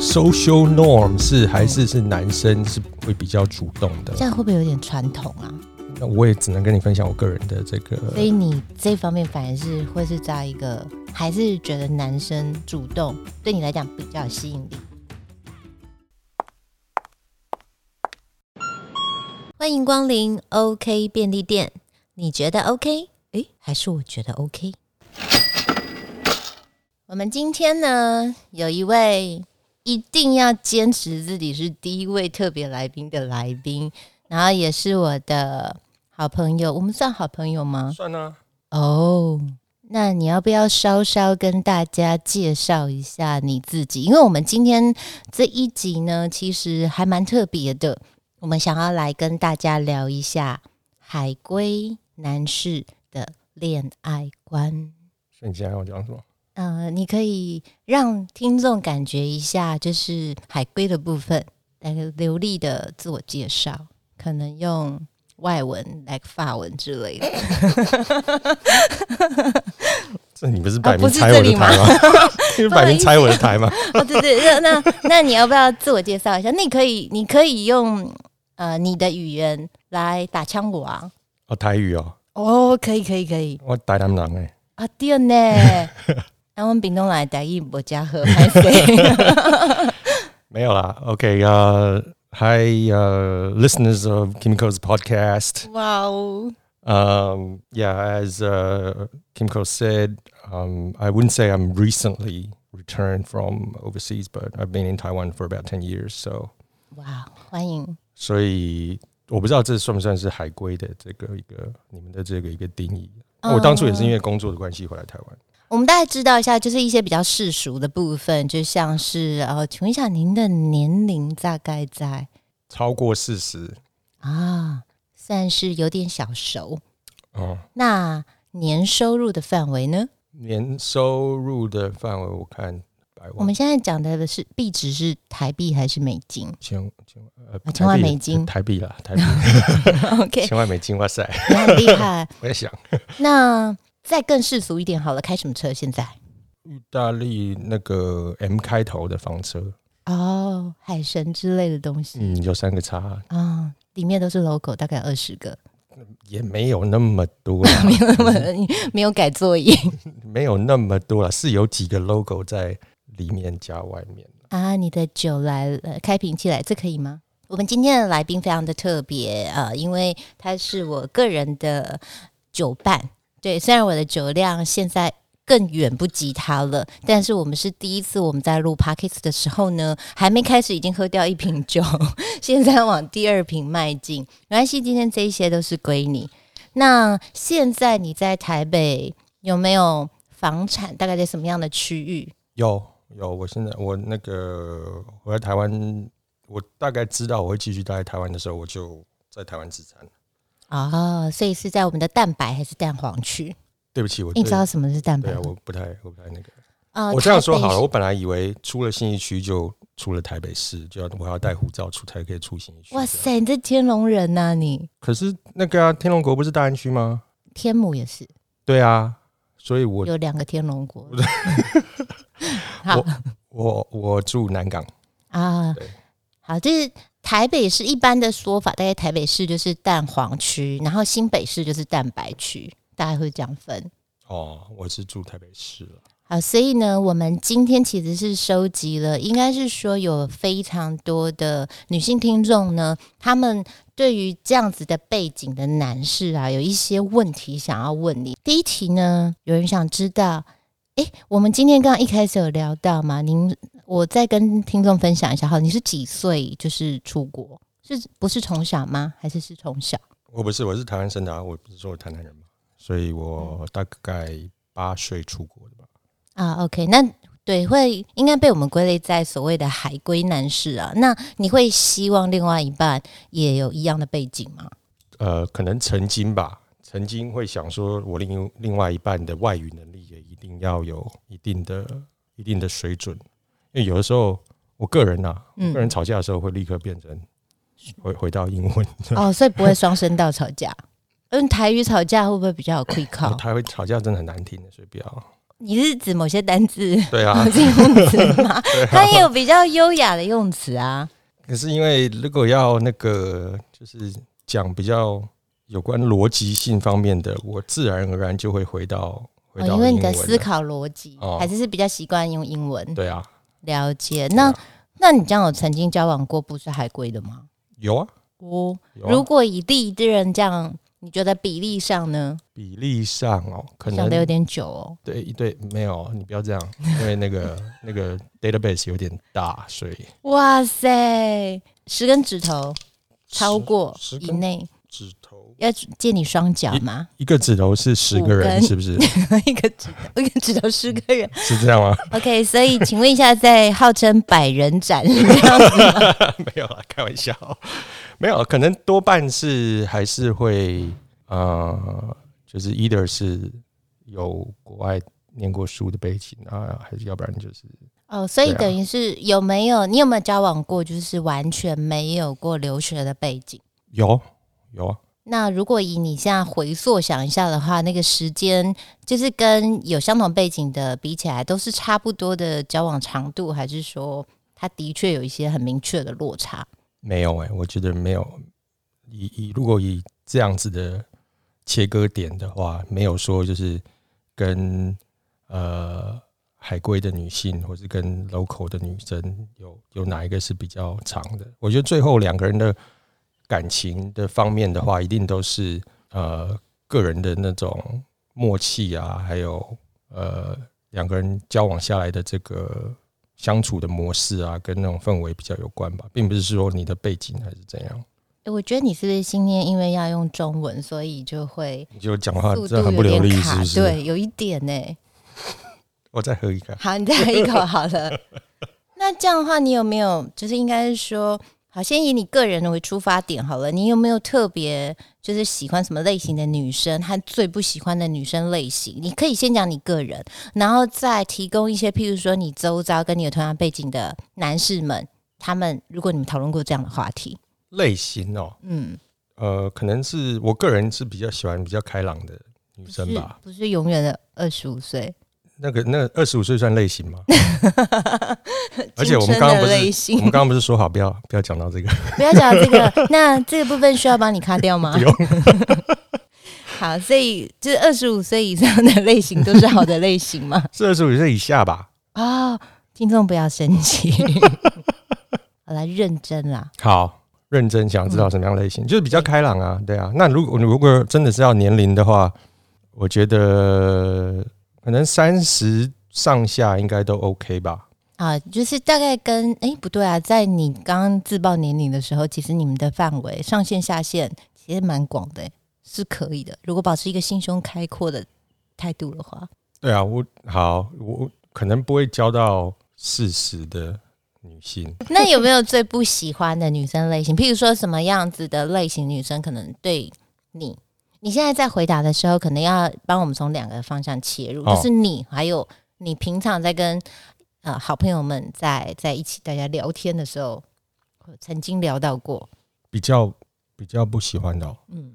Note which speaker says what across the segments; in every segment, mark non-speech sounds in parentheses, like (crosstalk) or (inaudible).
Speaker 1: social norm 是还是是男生是会比较主动的
Speaker 2: 这。样会不会有点传统啊？
Speaker 1: 那我也只能跟你分享我个人的这个，
Speaker 2: 所以你这方面反而是会是在一个，还是觉得男生主动对你来讲比较有吸引力。欢迎光临 OK 便利店，你觉得 OK？诶，还是我觉得 OK？我们今天呢，有一位一定要坚持自己是第一位特别来宾的来宾，然后也是我的好朋友，我们算好朋友吗？
Speaker 1: 算啊，
Speaker 2: 哦，那你要不要稍稍跟大家介绍一下你自己？因为我们今天这一集呢，其实还蛮特别的，我们想要来跟大家聊一下海归男士的恋爱观。
Speaker 1: 所以你现在要讲什么？
Speaker 2: 呃，你可以让听众感觉一下，就是海龟的部分，来个流利的自我介绍，可能用外文、来法文之类的。
Speaker 1: 这你不是摆明
Speaker 2: 不是
Speaker 1: 拆我
Speaker 2: 这
Speaker 1: 的
Speaker 2: 里吗 (laughs)
Speaker 1: 台吗？你不是摆明拆我的台吗？
Speaker 2: 哦，对对，那那那你要不要自我介绍一下？那你可以，你可以用呃你的语言来打枪我啊。
Speaker 1: 哦，台语哦，
Speaker 2: 哦，可以，可以，可以
Speaker 1: 我台南人哎，
Speaker 2: 啊，对 (laughs) 呢。啊，我们屏东来的台语无加好，还是
Speaker 1: 没有啦。OK 呃 Hi uh, listeners of Kimiko's podcast.
Speaker 2: (laughs) 哇哦，
Speaker 1: Um, yeah, as uh, Kimiko said, um, I wouldn't say I'm recently returned from overseas, but I've been in Taiwan for about 10 years. So,
Speaker 2: 哇，欢迎。
Speaker 1: 所以我不知道这算不算是海归的这个一个你们的这个一个定义。
Speaker 2: 嗯
Speaker 1: 那哦我当初也是因为工作的关系回来台湾。
Speaker 2: 我们大概知道一下，就是一些比较世俗的部分，就像是呃，请问一下您的年龄大概在
Speaker 1: 超过四十
Speaker 2: 啊，算是有点小熟。
Speaker 1: 哦，
Speaker 2: 那年收入的范围呢？
Speaker 1: 年收入的范围我看百
Speaker 2: 我
Speaker 1: 万
Speaker 2: 们、现在讲的是币值是台币还是美金
Speaker 1: 千千呃
Speaker 2: 啊千万
Speaker 1: 台币 (laughs)
Speaker 2: 美金
Speaker 1: 台币
Speaker 2: (laughs)
Speaker 1: 啦，台币 (laughs)
Speaker 2: ？OK，
Speaker 1: 千万美金，哇塞！
Speaker 2: 你很厉害。
Speaker 1: 我在想，
Speaker 2: 那再更世俗一点好了，开什么车现在？
Speaker 1: 意大利那个 M 开头的房车，
Speaker 2: 哦，海神之类的东西
Speaker 1: 嗯，有三个叉，
Speaker 2: 啊、里面都是 logo，大概二十个， (laughs)
Speaker 1: 也没有那么多啦，
Speaker 2: 没有那
Speaker 1: 嗯
Speaker 2: 么没有改座椅。
Speaker 1: 没有那么多了，是有几个 logo 在里面加外面。
Speaker 2: 啊，你的酒来了，开瓶器来，这可以吗？我们今天的来宾非常的特别啊、呃因为他是我个人的酒伴。对，虽然我的酒量现在更远不及他了，但是我们是第一次我们在录 p o c k e t 的时候呢，还没开始已经喝掉一瓶酒， (laughs) 现在往第二瓶迈进。没关系，今天这一些都是归你。那现在你在台北有没有房产？大概在什么样的区域？
Speaker 1: 有有，我现在我那个我在台湾，我大概知道我会继续待在台湾的时候，我就在台湾自残。
Speaker 2: 哦，所以是在我们的蛋白还是蛋黄区？
Speaker 1: 对不起，我
Speaker 2: 你知
Speaker 1: 对
Speaker 2: 道什么是蛋白
Speaker 1: 对啊，
Speaker 2: 吗？
Speaker 1: 我不太我不太那个。
Speaker 2: 啊
Speaker 1: 我这样说好了，我本来以为出了信义区就出了台北市，就要我还要带护照出才可以出信义区。
Speaker 2: 哇！塞，你这天龙人呐、你
Speaker 1: 可是那个啊，天龙国不是大安区吗？
Speaker 2: 天母也是
Speaker 1: 对啊，所以我
Speaker 2: 有两个天龙国。好
Speaker 1: 我我我住南港，
Speaker 2: 啊
Speaker 1: 对，
Speaker 2: 好，就是台北市一般的说法，大概台北市就是蛋黄区，然后新北市就是蛋白区，大概会这样分。
Speaker 1: 哦，我是住台北市了。
Speaker 2: 好，所以呢，我们今天其实是收集了，应该是说有非常多的女性听众呢，她们对于这样子的背景的男士啊，有一些问题想要问你。第一题呢，有人想知道，诶，我们今天刚刚一开始有聊到嘛，您，我再跟听众分享一下，好，你是几岁就是出国？是不是从小吗？还是是从小？
Speaker 1: 我不是，我是台湾生的、啊，我不是说我台南人嘛，所以
Speaker 2: 嗯
Speaker 1: 我大概八岁出国的吧。
Speaker 2: 啊，OK，那对会应该被我们归类在所谓的海归男士啊。那你会希望另外一半也有一样的背景
Speaker 1: (laughs)
Speaker 2: 吗？
Speaker 1: 呃，可能曾经吧，曾经会想说，我另另外一半的外语能力也一定要有一定的一定的水准，因为有的时候我个人啊，我个人
Speaker 2: 嗯，
Speaker 1: 吵架的时候会立刻变成回回到英文，
Speaker 2: 哦，所以不会双声道嗯吵架。用台语吵架会不会比较有 quick
Speaker 1: 我 (laughs)
Speaker 2: call？ (laughs)
Speaker 1: 他会吵架真的很难听的，所以不要。
Speaker 2: 你是指某些单
Speaker 1: (laughs)
Speaker 2: 字
Speaker 1: 对啊，
Speaker 2: 这用词吗？它也有比较优雅的用词啊。
Speaker 1: 可是因为如果要那个就是讲比较有关逻辑性方面的，我自然而然就会回到回
Speaker 2: 哦，
Speaker 1: 到、啊
Speaker 2: 因为你的思，考逻辑
Speaker 1: 哦
Speaker 2: 还是是比较习惯用英文
Speaker 1: 对啊，
Speaker 2: 了解。那
Speaker 1: 对啊
Speaker 2: 那你这样有曾经交往过不是海归的吗？
Speaker 1: 有啊，
Speaker 2: 哦，
Speaker 1: 有啊
Speaker 2: 如果以第一任这样，你觉得比例上呢？
Speaker 1: 比例上哦，可
Speaker 2: 想的有
Speaker 1: 能
Speaker 2: 点久哦。
Speaker 1: 对对，没有，你不要这样，因为那个那
Speaker 2: (laughs)
Speaker 1: 个 database 有点大，所以
Speaker 2: 哇塞，十根指头超过
Speaker 1: 十
Speaker 2: 以
Speaker 1: 根
Speaker 2: 内，
Speaker 1: 指头，
Speaker 2: 要借你双脚吗？ (laughs)
Speaker 1: 一个指头是十
Speaker 2: 五
Speaker 1: 个人，
Speaker 2: 根
Speaker 1: 是不是？ (laughs)
Speaker 2: 一个指头，一个指头十个人。
Speaker 1: 是这样吗？ (laughs)
Speaker 2: OK，所以请问一下，在号称百人展是这
Speaker 1: (laughs)
Speaker 2: 样子吗？
Speaker 1: 没有啊，开玩笑，没有，可能多半是还是会呃，就是 either 是有国外念过书的背景啊，还是要不然就是
Speaker 2: 哦，所以
Speaker 1: 对啊
Speaker 2: 等于是有没有你有没有交往过，就是完全没有过留学的背景？
Speaker 1: 有有啊，
Speaker 2: 那如果以你现在回溯想一下的话，那个时间就是跟有相同背景的比起来，都是差不多的交往长度，还是说它的确有一些很明确的落差？
Speaker 1: 没有哎、我觉得没有。以以如果以这样子的切割点的话，没有说就是跟呃海归的女性，或是跟 local 的女生有有哪一个是比较长的？我觉得最后两个人的感情的方面的话，一定都是呃个人的那种默契啊，还有呃两个人交往下来的这个相处的模式啊，跟那种氛围比较有关吧，并不是说你的背景还是怎样。
Speaker 2: 诶我觉得你是不是今天因为要用中文，所以就会
Speaker 1: 你就讲话
Speaker 2: 速
Speaker 1: 真
Speaker 2: 度
Speaker 1: 啊的很不流
Speaker 2: 有点
Speaker 1: 利，是
Speaker 2: 卡？
Speaker 1: 不是？，
Speaker 2: 对，有一点欸呢、
Speaker 1: 我再喝一个。
Speaker 2: 好，你再喝一口好了。那这样的话，你有没有就是应该是说，好，先以你个人为出发点好了，你有没有特别就是喜欢什么类型的女生，和最不喜欢的女生类型？你可以先讲你个人，然后再提供一些，譬如说你周遭跟你有同样背景的男士们，他们如果你们讨论过这样的话题，
Speaker 1: 类型哦，
Speaker 2: 嗯，
Speaker 1: 呃，可能是我个人是比较喜欢比较开朗的啊女
Speaker 2: 不
Speaker 1: 生
Speaker 2: 是
Speaker 1: 吧。
Speaker 2: 不是永远的二十五岁， (laughs)
Speaker 1: 那个那二十五岁算类型吗？ (laughs) 而且
Speaker 2: 青
Speaker 1: 我们
Speaker 2: 春
Speaker 1: 刚刚
Speaker 2: 的
Speaker 1: 不是
Speaker 2: 类
Speaker 1: 我
Speaker 2: 型
Speaker 1: 们刚刚不是说好不要不要讲到这个？ (laughs)
Speaker 2: 不要讲这个， (laughs) 那这个部分需要帮你卡掉吗？
Speaker 1: 不用
Speaker 2: (laughs) 好，所以这二十五岁以上的类型都是好的类型
Speaker 1: (laughs)
Speaker 2: 吗？
Speaker 1: 是二十五岁以下吧？
Speaker 2: 哦，听众不要生气。 (laughs) 好啦，认真啦。
Speaker 1: 好，认真想知道什么样类型，就是比较开朗啊，对啊。那如果如果真的是要年龄的话，我觉得可能三十上下应该都 OK 吧。
Speaker 2: 啊，就是大概跟哎、不对啊，在你刚刚自报年龄的时候，其实你们的范围上限下限其实蛮广的、是可以的。如果保持一个心胸开阔的态度的话，
Speaker 1: 对啊，我好，我可能不会交到四十的女性。
Speaker 2: (laughs) 那有没有最不喜欢的女生类型？譬如说什么样子的类型女生可能对你？你现在在回答的时候，可能要帮我们从两个方向切入，
Speaker 1: 哦
Speaker 2: 就是你还有你平常在跟呃好朋友们在在一起大家聊天的时候，曾经聊到过，
Speaker 1: 比较比较不喜欢的、哦，
Speaker 2: 嗯，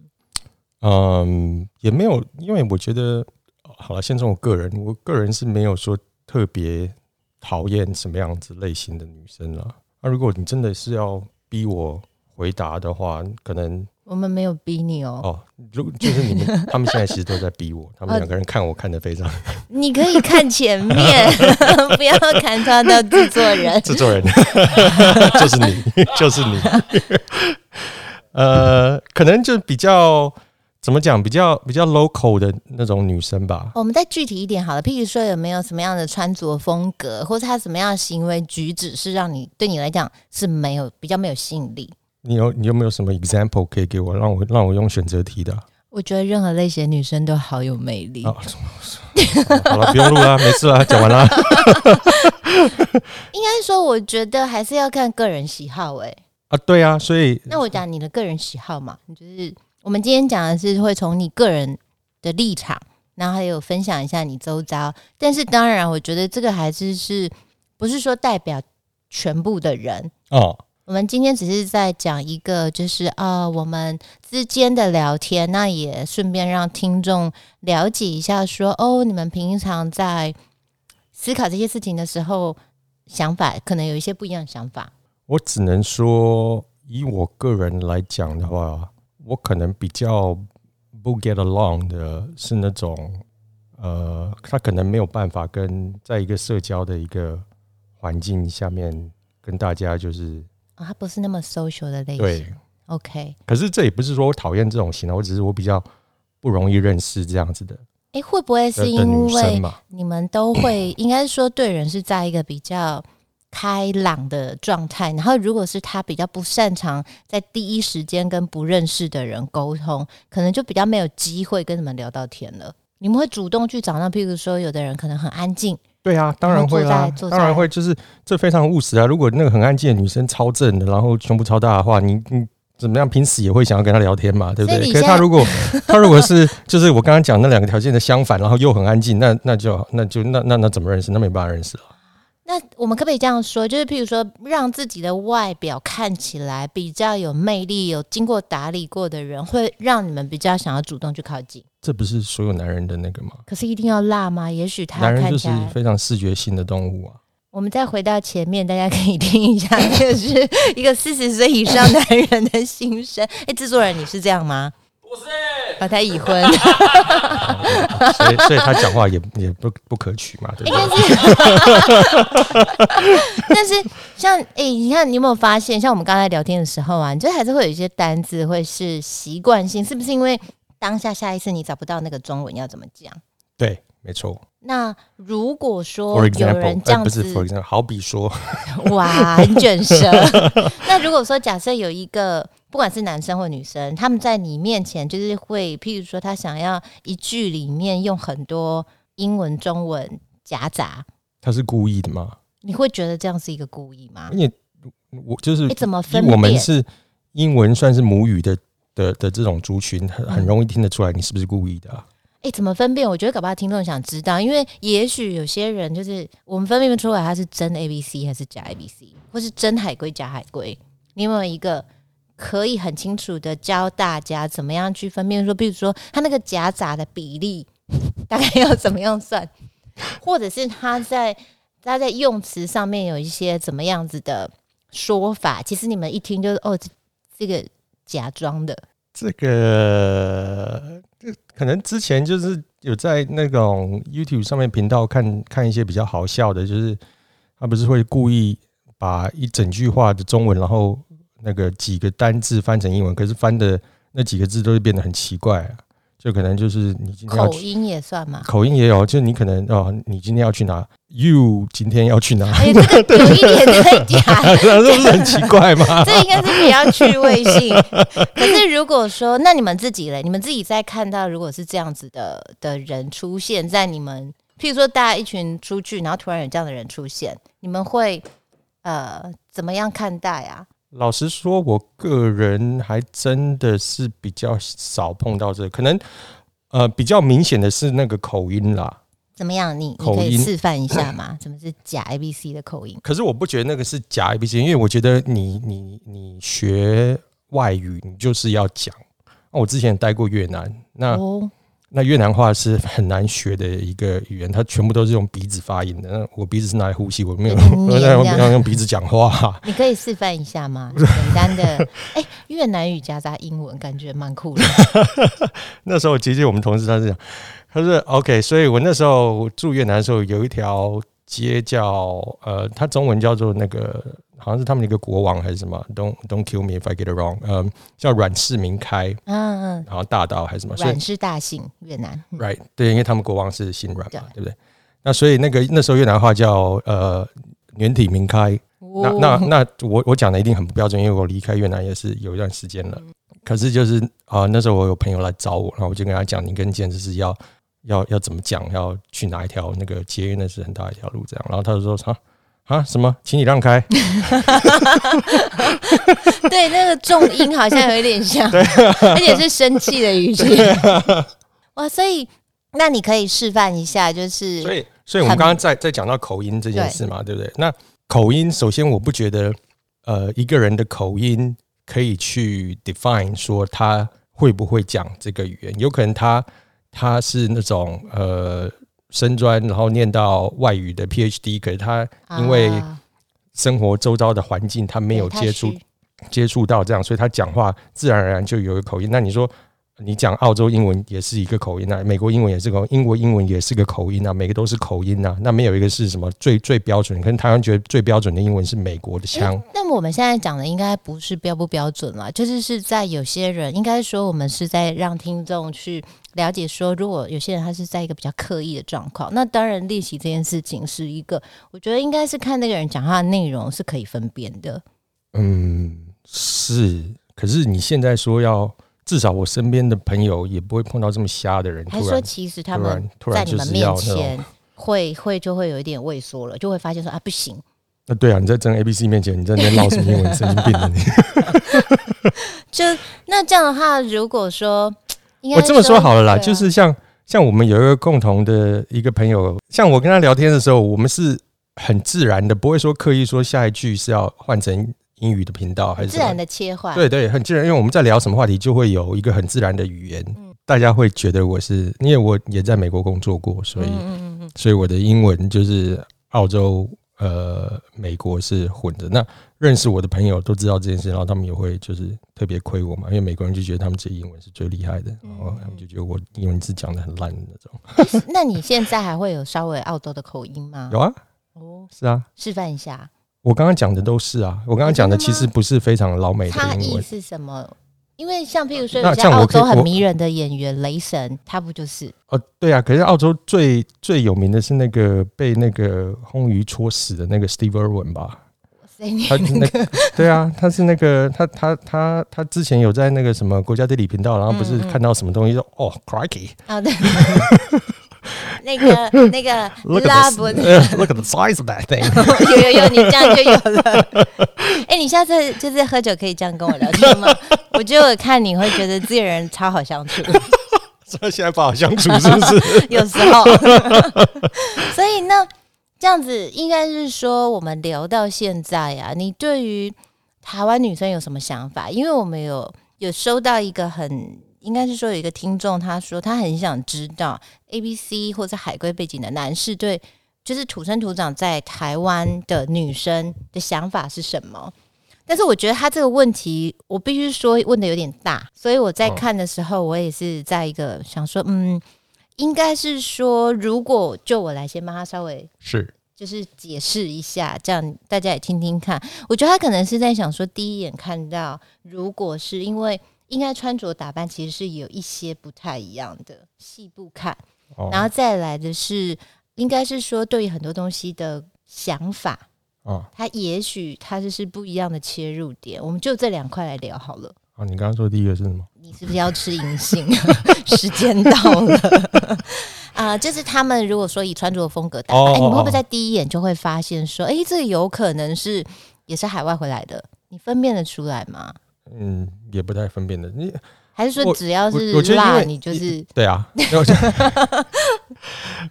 Speaker 1: 嗯，也没有，因为我觉得好了，先从我个人，我个人是没有说特别讨厌什么样子类型的女生了。那、如果你真的是要逼我回答的话，可能
Speaker 2: 我们没有逼你哦， (laughs)
Speaker 1: 哦，如就是你们他们现在其实都在逼我，他们
Speaker 2: 哦
Speaker 1: 两个人看我看得非常，。
Speaker 2: 你可以看前面， (laughs) 不要砍断到制作人
Speaker 1: 制作人就是你，就是你， (laughs) 呃，可能就比较怎么讲，比较比较 local 的那种女生吧。
Speaker 2: 我们再具体一点好了，譬如说有没有什么样的穿着风格，或者他什么样的行为举止是让你对你来讲是没有比较没有吸引力？
Speaker 1: 你有你有没有什么 example 可以给我，让我让我用选择题的啊？
Speaker 2: 我觉得任何类型的女生都好有魅力。
Speaker 1: 啊好了，不用录啦，没事啦，讲完啦。
Speaker 2: 应该说，我觉得还是要看个人喜好、欸。
Speaker 1: 啊，对啊，所以
Speaker 2: 那我讲你的个人喜好嘛，你就是我们今天讲的是会从你个人的立场，然后还有分享一下你周遭。但是当然，我觉得这个还是是不是说代表全部的人，
Speaker 1: 哦，
Speaker 2: 我我们今天只是在讲一个，就是啊、呃我们之间的聊天，那也顺便让听众了解一下说哦，你们平常在思考这些事情的时候，想法可能有一些不一样的想法。
Speaker 1: 我只能说，以我个人来讲的话，我可能比较不 get along 的是那种，呃，他可能没有办法跟在一个社交的一个环境下面跟大家就是
Speaker 2: 啊、他不是那么 social 的类型。
Speaker 1: 对。
Speaker 2: OK，
Speaker 1: 可是这也不是说我讨厌这种型啊，我只是我比较不容易认识这样子的
Speaker 2: 哎、会不会
Speaker 1: 的
Speaker 2: 是
Speaker 1: 的
Speaker 2: 因
Speaker 1: 女
Speaker 2: 为
Speaker 1: 生嘛。
Speaker 2: 你们都会， (coughs) 应该说对人是在一个比较开朗的状态。然后，如果是他比较不擅长在第一时间跟不认识的人沟通，可能就比较没有机会跟你们聊到天了。你们会主动去找那，譬如说，有的人可能很安静，
Speaker 1: 对啊，当然会
Speaker 2: 然后
Speaker 1: 啦
Speaker 2: 坐在，坐在
Speaker 1: 当然会，就是这非常务实啊。如果那个很安静的女生超正的，然后胸部超大的话，你你怎么样，拼死也会想要跟她聊天嘛，对不
Speaker 2: 所以
Speaker 1: 对？
Speaker 2: 你
Speaker 1: 可是
Speaker 2: 现
Speaker 1: 她
Speaker 2: 在
Speaker 1: 如
Speaker 2: (laughs)
Speaker 1: 果她如果是就是我刚刚讲那两个条件的相反，然后又很安静，那那就那就那那那怎么认识？那没办法认识了。
Speaker 2: 那我们可不可以这样说？就是譬如说，让自己的外表看起来比较有魅力、有经过打理过的人，会让你们比较想要主动去靠近。
Speaker 1: 这不是所有男人的那个吗？
Speaker 2: 可是一定要辣吗？也许他
Speaker 1: 男人
Speaker 2: 看
Speaker 1: 就是
Speaker 2: 起来
Speaker 1: 非常视觉性的动物啊。
Speaker 2: 我们再回到前面， (laughs) 大家可以听一下， (laughs) 这是一个四十岁以上男人的心声。 (laughs) 哎、制作人，你是这样吗？不是，把他已婚。 (laughs)
Speaker 1: 所以，所以他讲话也也不不可取嘛，对不对？
Speaker 2: 但是像哎、你看，你有没有发现，像我们刚才聊天的时候啊，你就还是会有一些单字会是习惯性，是不是因为当下下一次你找不到那个中文要怎么讲？
Speaker 1: 对，没错。
Speaker 2: 那如果说
Speaker 1: For
Speaker 2: 哦有
Speaker 1: example，呃哎
Speaker 2: 人这样
Speaker 1: 不
Speaker 2: 子，
Speaker 1: 是 For example，好比说，
Speaker 2: (laughs) 哇，很卷舌。 (laughs) 那如果说假设有一个，不管是男生或女生，他们在你面前就是会，譬如说他想要一句里面用很多英文、中文夹杂，
Speaker 1: 他是故意的嘛？
Speaker 2: 你会觉得这样是一个故意吗？
Speaker 1: 你我就是
Speaker 2: 你怎么
Speaker 1: 因
Speaker 2: 哦分
Speaker 1: 嗯为我们
Speaker 2: 辨？
Speaker 1: 是英文算是母语的的的这种族群，很很容易听得出来你是不是故意的、啊。
Speaker 2: 哎、怎么分辨？我觉得搞不好听众想知道，因为也许有些人就是我们分辨不出来他是真 A B C 还是假 A B C，或是真海龟假海龟。你有没有一个可以很清楚的教大家怎么样去分辨？说，比如说他那个夹杂的比例 (laughs) 大概要怎么样算，或者是他在他在用词上面有一些怎么样子的说法？其实你们一听就是哦，这这个假装的。
Speaker 1: 这个这可能之前就是有在那种 YouTube 上面频道看看一些比较好笑的，就是他不是会故意把一整句话的中文，然后那个几个单字翻成英文，可是翻的那几个字都会变得很奇怪啊。就可能就是你今天要
Speaker 2: 口
Speaker 1: 去
Speaker 2: 音也啊算嘛？
Speaker 1: 口音也有，就你可能哦，你今天要去哪？You 今天要去哪？
Speaker 2: 哎、
Speaker 1: (laughs)
Speaker 2: 这个有一点太假
Speaker 1: 这不是很奇怪吗？
Speaker 2: 这应该是比较趣味
Speaker 1: (laughs)
Speaker 2: 性。可是如果说，那你们自己嘞，你们自己在看到如果是这样子的的人出现在你们，譬如说大家一群出去，然后突然有这样的人出现，你们会呃怎么样看待啊？
Speaker 1: 老实说，我个人还真的是比较少碰到这个可能呃比较明显的是那个口音啦。
Speaker 2: 怎么样？你你
Speaker 1: 口
Speaker 2: 可以
Speaker 1: 音
Speaker 2: 示范一下吗？怎么是假 A B C 的口音？
Speaker 1: 可是我不觉得那个是假 A B C，因为我觉得你你你学外语，你就是要讲。那我之前也待过越南，那、
Speaker 2: 哦，
Speaker 1: 那越南话是很难学的一个语言，它全部都是用鼻子发音的。那我鼻子是拿来呼吸，我没有，
Speaker 2: 嗯
Speaker 1: (laughs) 我在用
Speaker 2: 这样
Speaker 1: 要用鼻子讲话。
Speaker 2: 你可以示范一下
Speaker 1: (laughs)
Speaker 2: 吗？简单的，哎、越南语夹杂英文，感觉蛮酷的。
Speaker 1: 那时候其实我们同事他是讲，他是 OK，所以我那时候住越南的时候，有一条街叫呃，它中文叫做那个好像是他们的一个国王还是什么，Don't Don't kill me if I get it wrong，嗯、叫阮世明开，
Speaker 2: 嗯嗯，
Speaker 1: 好像大道还是什么，所以
Speaker 2: 阮是大姓，越南。嗯
Speaker 1: Right，对，因为他们国王是姓阮
Speaker 2: 对
Speaker 1: 嘛，对不对？那所以那个那时候越南话叫呃原体明开，那
Speaker 2: 哦
Speaker 1: 那那我我讲的一定很不标准，因为我离开越南也是有一段时间了。可是就是啊、那时候我有朋友来找我，然后我就跟他讲，你跟健身是要要要怎么讲，要去哪一条那个捷运，那是很大一条路这样。然后他就说啊啊什么，请你让开。
Speaker 2: (laughs) 对，那个重音好像有一点
Speaker 1: (laughs)
Speaker 2: 像，而且是生气的语气。 (laughs) 哇，所以那你可以示范一下，就
Speaker 1: 所
Speaker 2: 是
Speaker 1: 以，所以我们刚刚在在讲到口音这件事嘛，对不对？那口音，首先我不觉得呃一个人的口音可以去 define 说他会不会讲这个语言，有可能他他是那种呃深专，然后念到外语的 PhD，可是他因为
Speaker 2: 啊
Speaker 1: 生活周遭的环境他没有
Speaker 2: 对他
Speaker 1: 接触
Speaker 2: 是
Speaker 1: 接触到这样，所以他讲话自然而然就有一个口音。那你说你讲澳洲英文也是一个口音啊，美国英文也是口音，英国英文也是个口音啊，每个都是口音啊。那没有一个是什么最最标准，可能台湾觉得最标准的英文是美国的腔，
Speaker 2: 那么我们现在讲的应该不是标不标准了，就是是在有些人，应该说我们是在让听众去了解说，如果有些人他是在一个比较刻意的状况，那当然练习这件事情是一个，我觉得应该是看那个人讲话的内容是可以分辨的。
Speaker 1: 嗯，是。可是你现在说要，至少我身边的朋友也不会碰到这么瞎的人，
Speaker 2: 还
Speaker 1: 突
Speaker 2: 是说
Speaker 1: 然
Speaker 2: 其实他
Speaker 1: 突
Speaker 2: 们
Speaker 1: 然突
Speaker 2: 在
Speaker 1: 然
Speaker 2: 你
Speaker 1: 就
Speaker 2: 们
Speaker 1: 是
Speaker 2: 面
Speaker 1: 要那种。
Speaker 2: 前会会就会有一点畏缩了，就会发现说啊不行，
Speaker 1: 那对啊，你在真 A B C 面前，你在那边唠什么英文，神经病啊你！
Speaker 2: 就那这样的话，如果说。应该
Speaker 1: 我这么说好了啦，
Speaker 2: 对啊
Speaker 1: 就是像像我们有一个共同的一个朋友，像我跟他聊天的时候，我们是很自然的，不会说刻意说下一句是要换成英语的频道还是
Speaker 2: 自
Speaker 1: 什么
Speaker 2: 然的切换，
Speaker 1: 对对，很自然，因为我们在聊什么话题，就会有一个很自然的语言，大家会觉得我是，因为我也在美国工作过，所以、
Speaker 2: 嗯嗯嗯嗯
Speaker 1: 所以我的英文就是澳洲、呃美国是混的。那认识我的朋友都知道这件事，然后他们也会就是特别亏我嘛，因为美国人就觉得他们自己英文是最厉害
Speaker 2: 嗯
Speaker 1: 的，然后他们就觉得我英文是讲的很烂的那种。
Speaker 2: 那你现在还会有稍微澳洲的口音吗？
Speaker 1: 有啊，
Speaker 2: 哦，
Speaker 1: 是啊，
Speaker 2: 示范一下，
Speaker 1: 我刚刚讲的都是啊，我刚刚讲的其实不是非常老美的
Speaker 2: 差
Speaker 1: 英
Speaker 2: 异
Speaker 1: 文。
Speaker 2: 是什么？因为像譬如说，
Speaker 1: 那
Speaker 2: 人家
Speaker 1: 像我
Speaker 2: 澳
Speaker 1: 可以
Speaker 2: 洲很
Speaker 1: 我
Speaker 2: 迷人的演员雷神，他不就是？
Speaker 1: 哦，对啊，可是澳洲最最有名的是那个被那个烘鱼戳死的那个 Steve Irwin 吧？
Speaker 2: 所以你
Speaker 1: 他那
Speaker 2: (laughs)
Speaker 1: 个对啊，他是那个他他他他之前有在那个什么国家地理频道，然后不是
Speaker 2: 嗯嗯
Speaker 1: 看到什么东西说哦 crikey (laughs)
Speaker 2: 啊，对，那个那个
Speaker 1: look
Speaker 2: 拉
Speaker 1: at
Speaker 2: 布
Speaker 1: the，s- (laughs) look at the size of that thing， (laughs)
Speaker 2: 有有有，你这样就有了。哎、你下次就是喝酒可以这样跟我聊天吗？我觉得我看你会觉得自己人超好相处。
Speaker 1: 所以现在不好相处是不
Speaker 2: (laughs)
Speaker 1: 是？
Speaker 2: 有时候。所以呢，这样子应该是说，我们聊到现在啊，你对于台湾女生有什么想法？因为我们有有收到一个很。应该是说有一个听众，他说他很想知道 A、B、C 或者海归背景的男士对，就是土生土长在台湾的女生的想法是什么。但是我觉得他这个问题，我必须说问的有点大，所以我在
Speaker 1: 哦
Speaker 2: 看的时候，我也是在一个想说，嗯，应该是说，如果就我来先帮他稍微
Speaker 1: 是
Speaker 2: 就是解释一下，这样大家也听听看。我觉得他可能是在想说，第一眼看到，如果是因为应该穿着打扮其实是有一些不太一样的，细部看，
Speaker 1: 哦
Speaker 2: 然后再来的是，应该是说对于很多东西的想法，
Speaker 1: 哦
Speaker 2: 他也许他就是不一样的切入点。我们就这两块来聊好了。
Speaker 1: 哦，你刚刚说第一个是什么？
Speaker 2: 你是不是要吃银杏？ (laughs) 时间到了 (laughs) 啊、就是他们如果说以穿着风格打扮，
Speaker 1: 哦
Speaker 2: 哎你们会不
Speaker 1: 哦
Speaker 2: 会
Speaker 1: 哦
Speaker 2: 在第一眼就会发现说，哎、这有可能是也是海外回来的？你分辨得出来吗？
Speaker 1: 嗯，也不太分辨的。你
Speaker 2: 还是说
Speaker 1: 我
Speaker 2: 只要
Speaker 1: 我
Speaker 2: 是
Speaker 1: 我觉得因
Speaker 2: 辣，
Speaker 1: 为
Speaker 2: 你就是
Speaker 1: 对
Speaker 2: (laughs)
Speaker 1: 啊，我觉得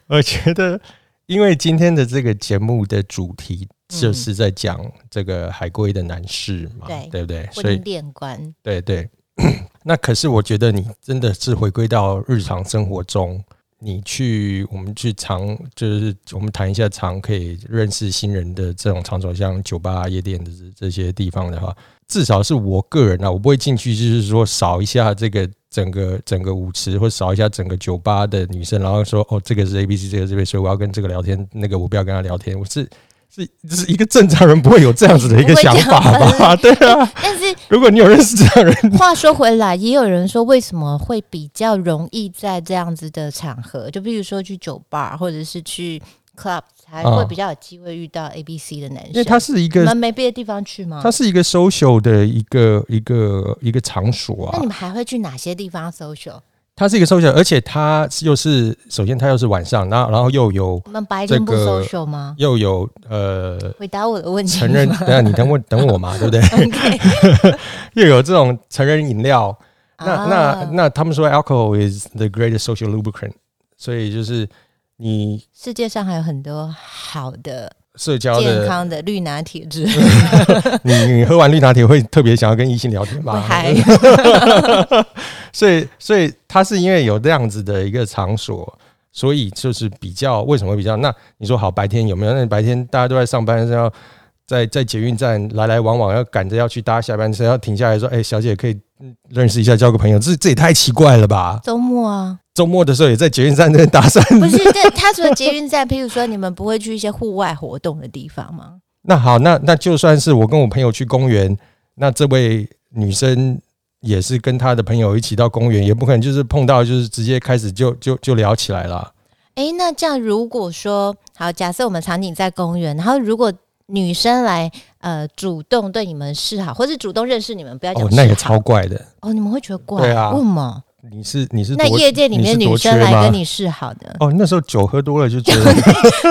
Speaker 1: 我觉得，因为今天的这个节目的主题就是在讲这个海归的男士嘛，
Speaker 2: 嗯对
Speaker 1: 对不对？所以
Speaker 2: 婚恋观？
Speaker 1: 对对， (clears throat) 那可是我觉得你真的是回归到日常生活中，你去我们去常就是我们谈一下常可以认识新人的这种场所，像酒吧、啊夜店的这这些地方的话，至少是我个人啊，我不会进去就是说扫一下这个整个整个舞池，或扫一下整个酒吧的女生，然后说哦这个是 A B C，这个是 A B C，所以我要跟这个聊天，那个我不要跟他聊天，我是。是，是一个正常人不会有这样子的一个
Speaker 2: 不会这
Speaker 1: 想法
Speaker 2: 样 (laughs)
Speaker 1: 吧？对啊，
Speaker 2: 但是
Speaker 1: 如果你有认识这样的人，
Speaker 2: 话说回来，也有人说，为什么会比较容易在这样子的场合，就比如说去酒吧或者是去 club，才会
Speaker 1: 啊
Speaker 2: 比较有机会遇到 A、B、C 的男生？
Speaker 1: 因为它是一
Speaker 2: 你
Speaker 1: 个
Speaker 2: 们没别的地方去吗？
Speaker 1: 它是一个 social 的一个一个一个场所啊
Speaker 2: 那你，们还会去哪些地方 social？
Speaker 1: 它是一个 social，而且它又是首先它又是晚上，然后然后又有
Speaker 2: 你们白天不
Speaker 1: 这个
Speaker 2: social 吗？
Speaker 1: 又有呃
Speaker 2: 回答我的问题。
Speaker 1: 成
Speaker 2: (laughs)
Speaker 1: 人， (laughs) 等一下你等我等我嘛，对不对？ (laughs)
Speaker 2: OK，
Speaker 1: 又有这种成人饮料，那
Speaker 2: 啊
Speaker 1: 那那他们说 alcohol is the greatest social lubricant，所以就是你
Speaker 2: 世界上还有很多好的
Speaker 1: 社交
Speaker 2: 健
Speaker 1: 的，
Speaker 2: 康的绿拿
Speaker 1: (laughs)
Speaker 2: 铁之
Speaker 1: 你你喝完绿拿铁会特别想要跟异性聊天
Speaker 2: 会
Speaker 1: 吧？
Speaker 2: 嗨，
Speaker 1: 所以，所以它是因为有这样子的一个场所，所以就是比较为什么会比较？那你说好白天有没有？那白天大家都在上班，是要在 (laughs) 在捷运站来来往往，要赶着要去搭下班车，要停下来说：“哎、小姐可以嗯认识一下，交个朋友。这”这也太奇怪了吧？
Speaker 2: 周末啊，
Speaker 1: 周末的时候也在捷运站那边搭
Speaker 2: (laughs) 不
Speaker 1: 讪。
Speaker 2: 是？对，他除了捷运站，譬如说，你们不会去一些户外活动的地方吗？
Speaker 1: 那好，那那就算是我跟我朋友去公园，那这位女生。也是跟她的朋友一起到公园，也不可能就是碰到就是直接开始就就就聊起来了。哦
Speaker 2: 诶，那这样如果说好，假设我们场景在公园，然后如果女生来呃主动对你们示好，或是主动认识你们，不要讲
Speaker 1: 哦，
Speaker 2: 示好
Speaker 1: 那个超怪的。
Speaker 2: 哦，你们会觉得怪，
Speaker 1: 对啊
Speaker 2: 为什么？
Speaker 1: 你是你是
Speaker 2: 那
Speaker 1: 多
Speaker 2: 业界里面
Speaker 1: 你是
Speaker 2: 女
Speaker 1: 多
Speaker 2: 生
Speaker 1: 缺
Speaker 2: 来
Speaker 1: 吗
Speaker 2: 跟你示好呢？
Speaker 1: 哦，那时候酒喝多了就觉
Speaker 2: (laughs)
Speaker 1: 得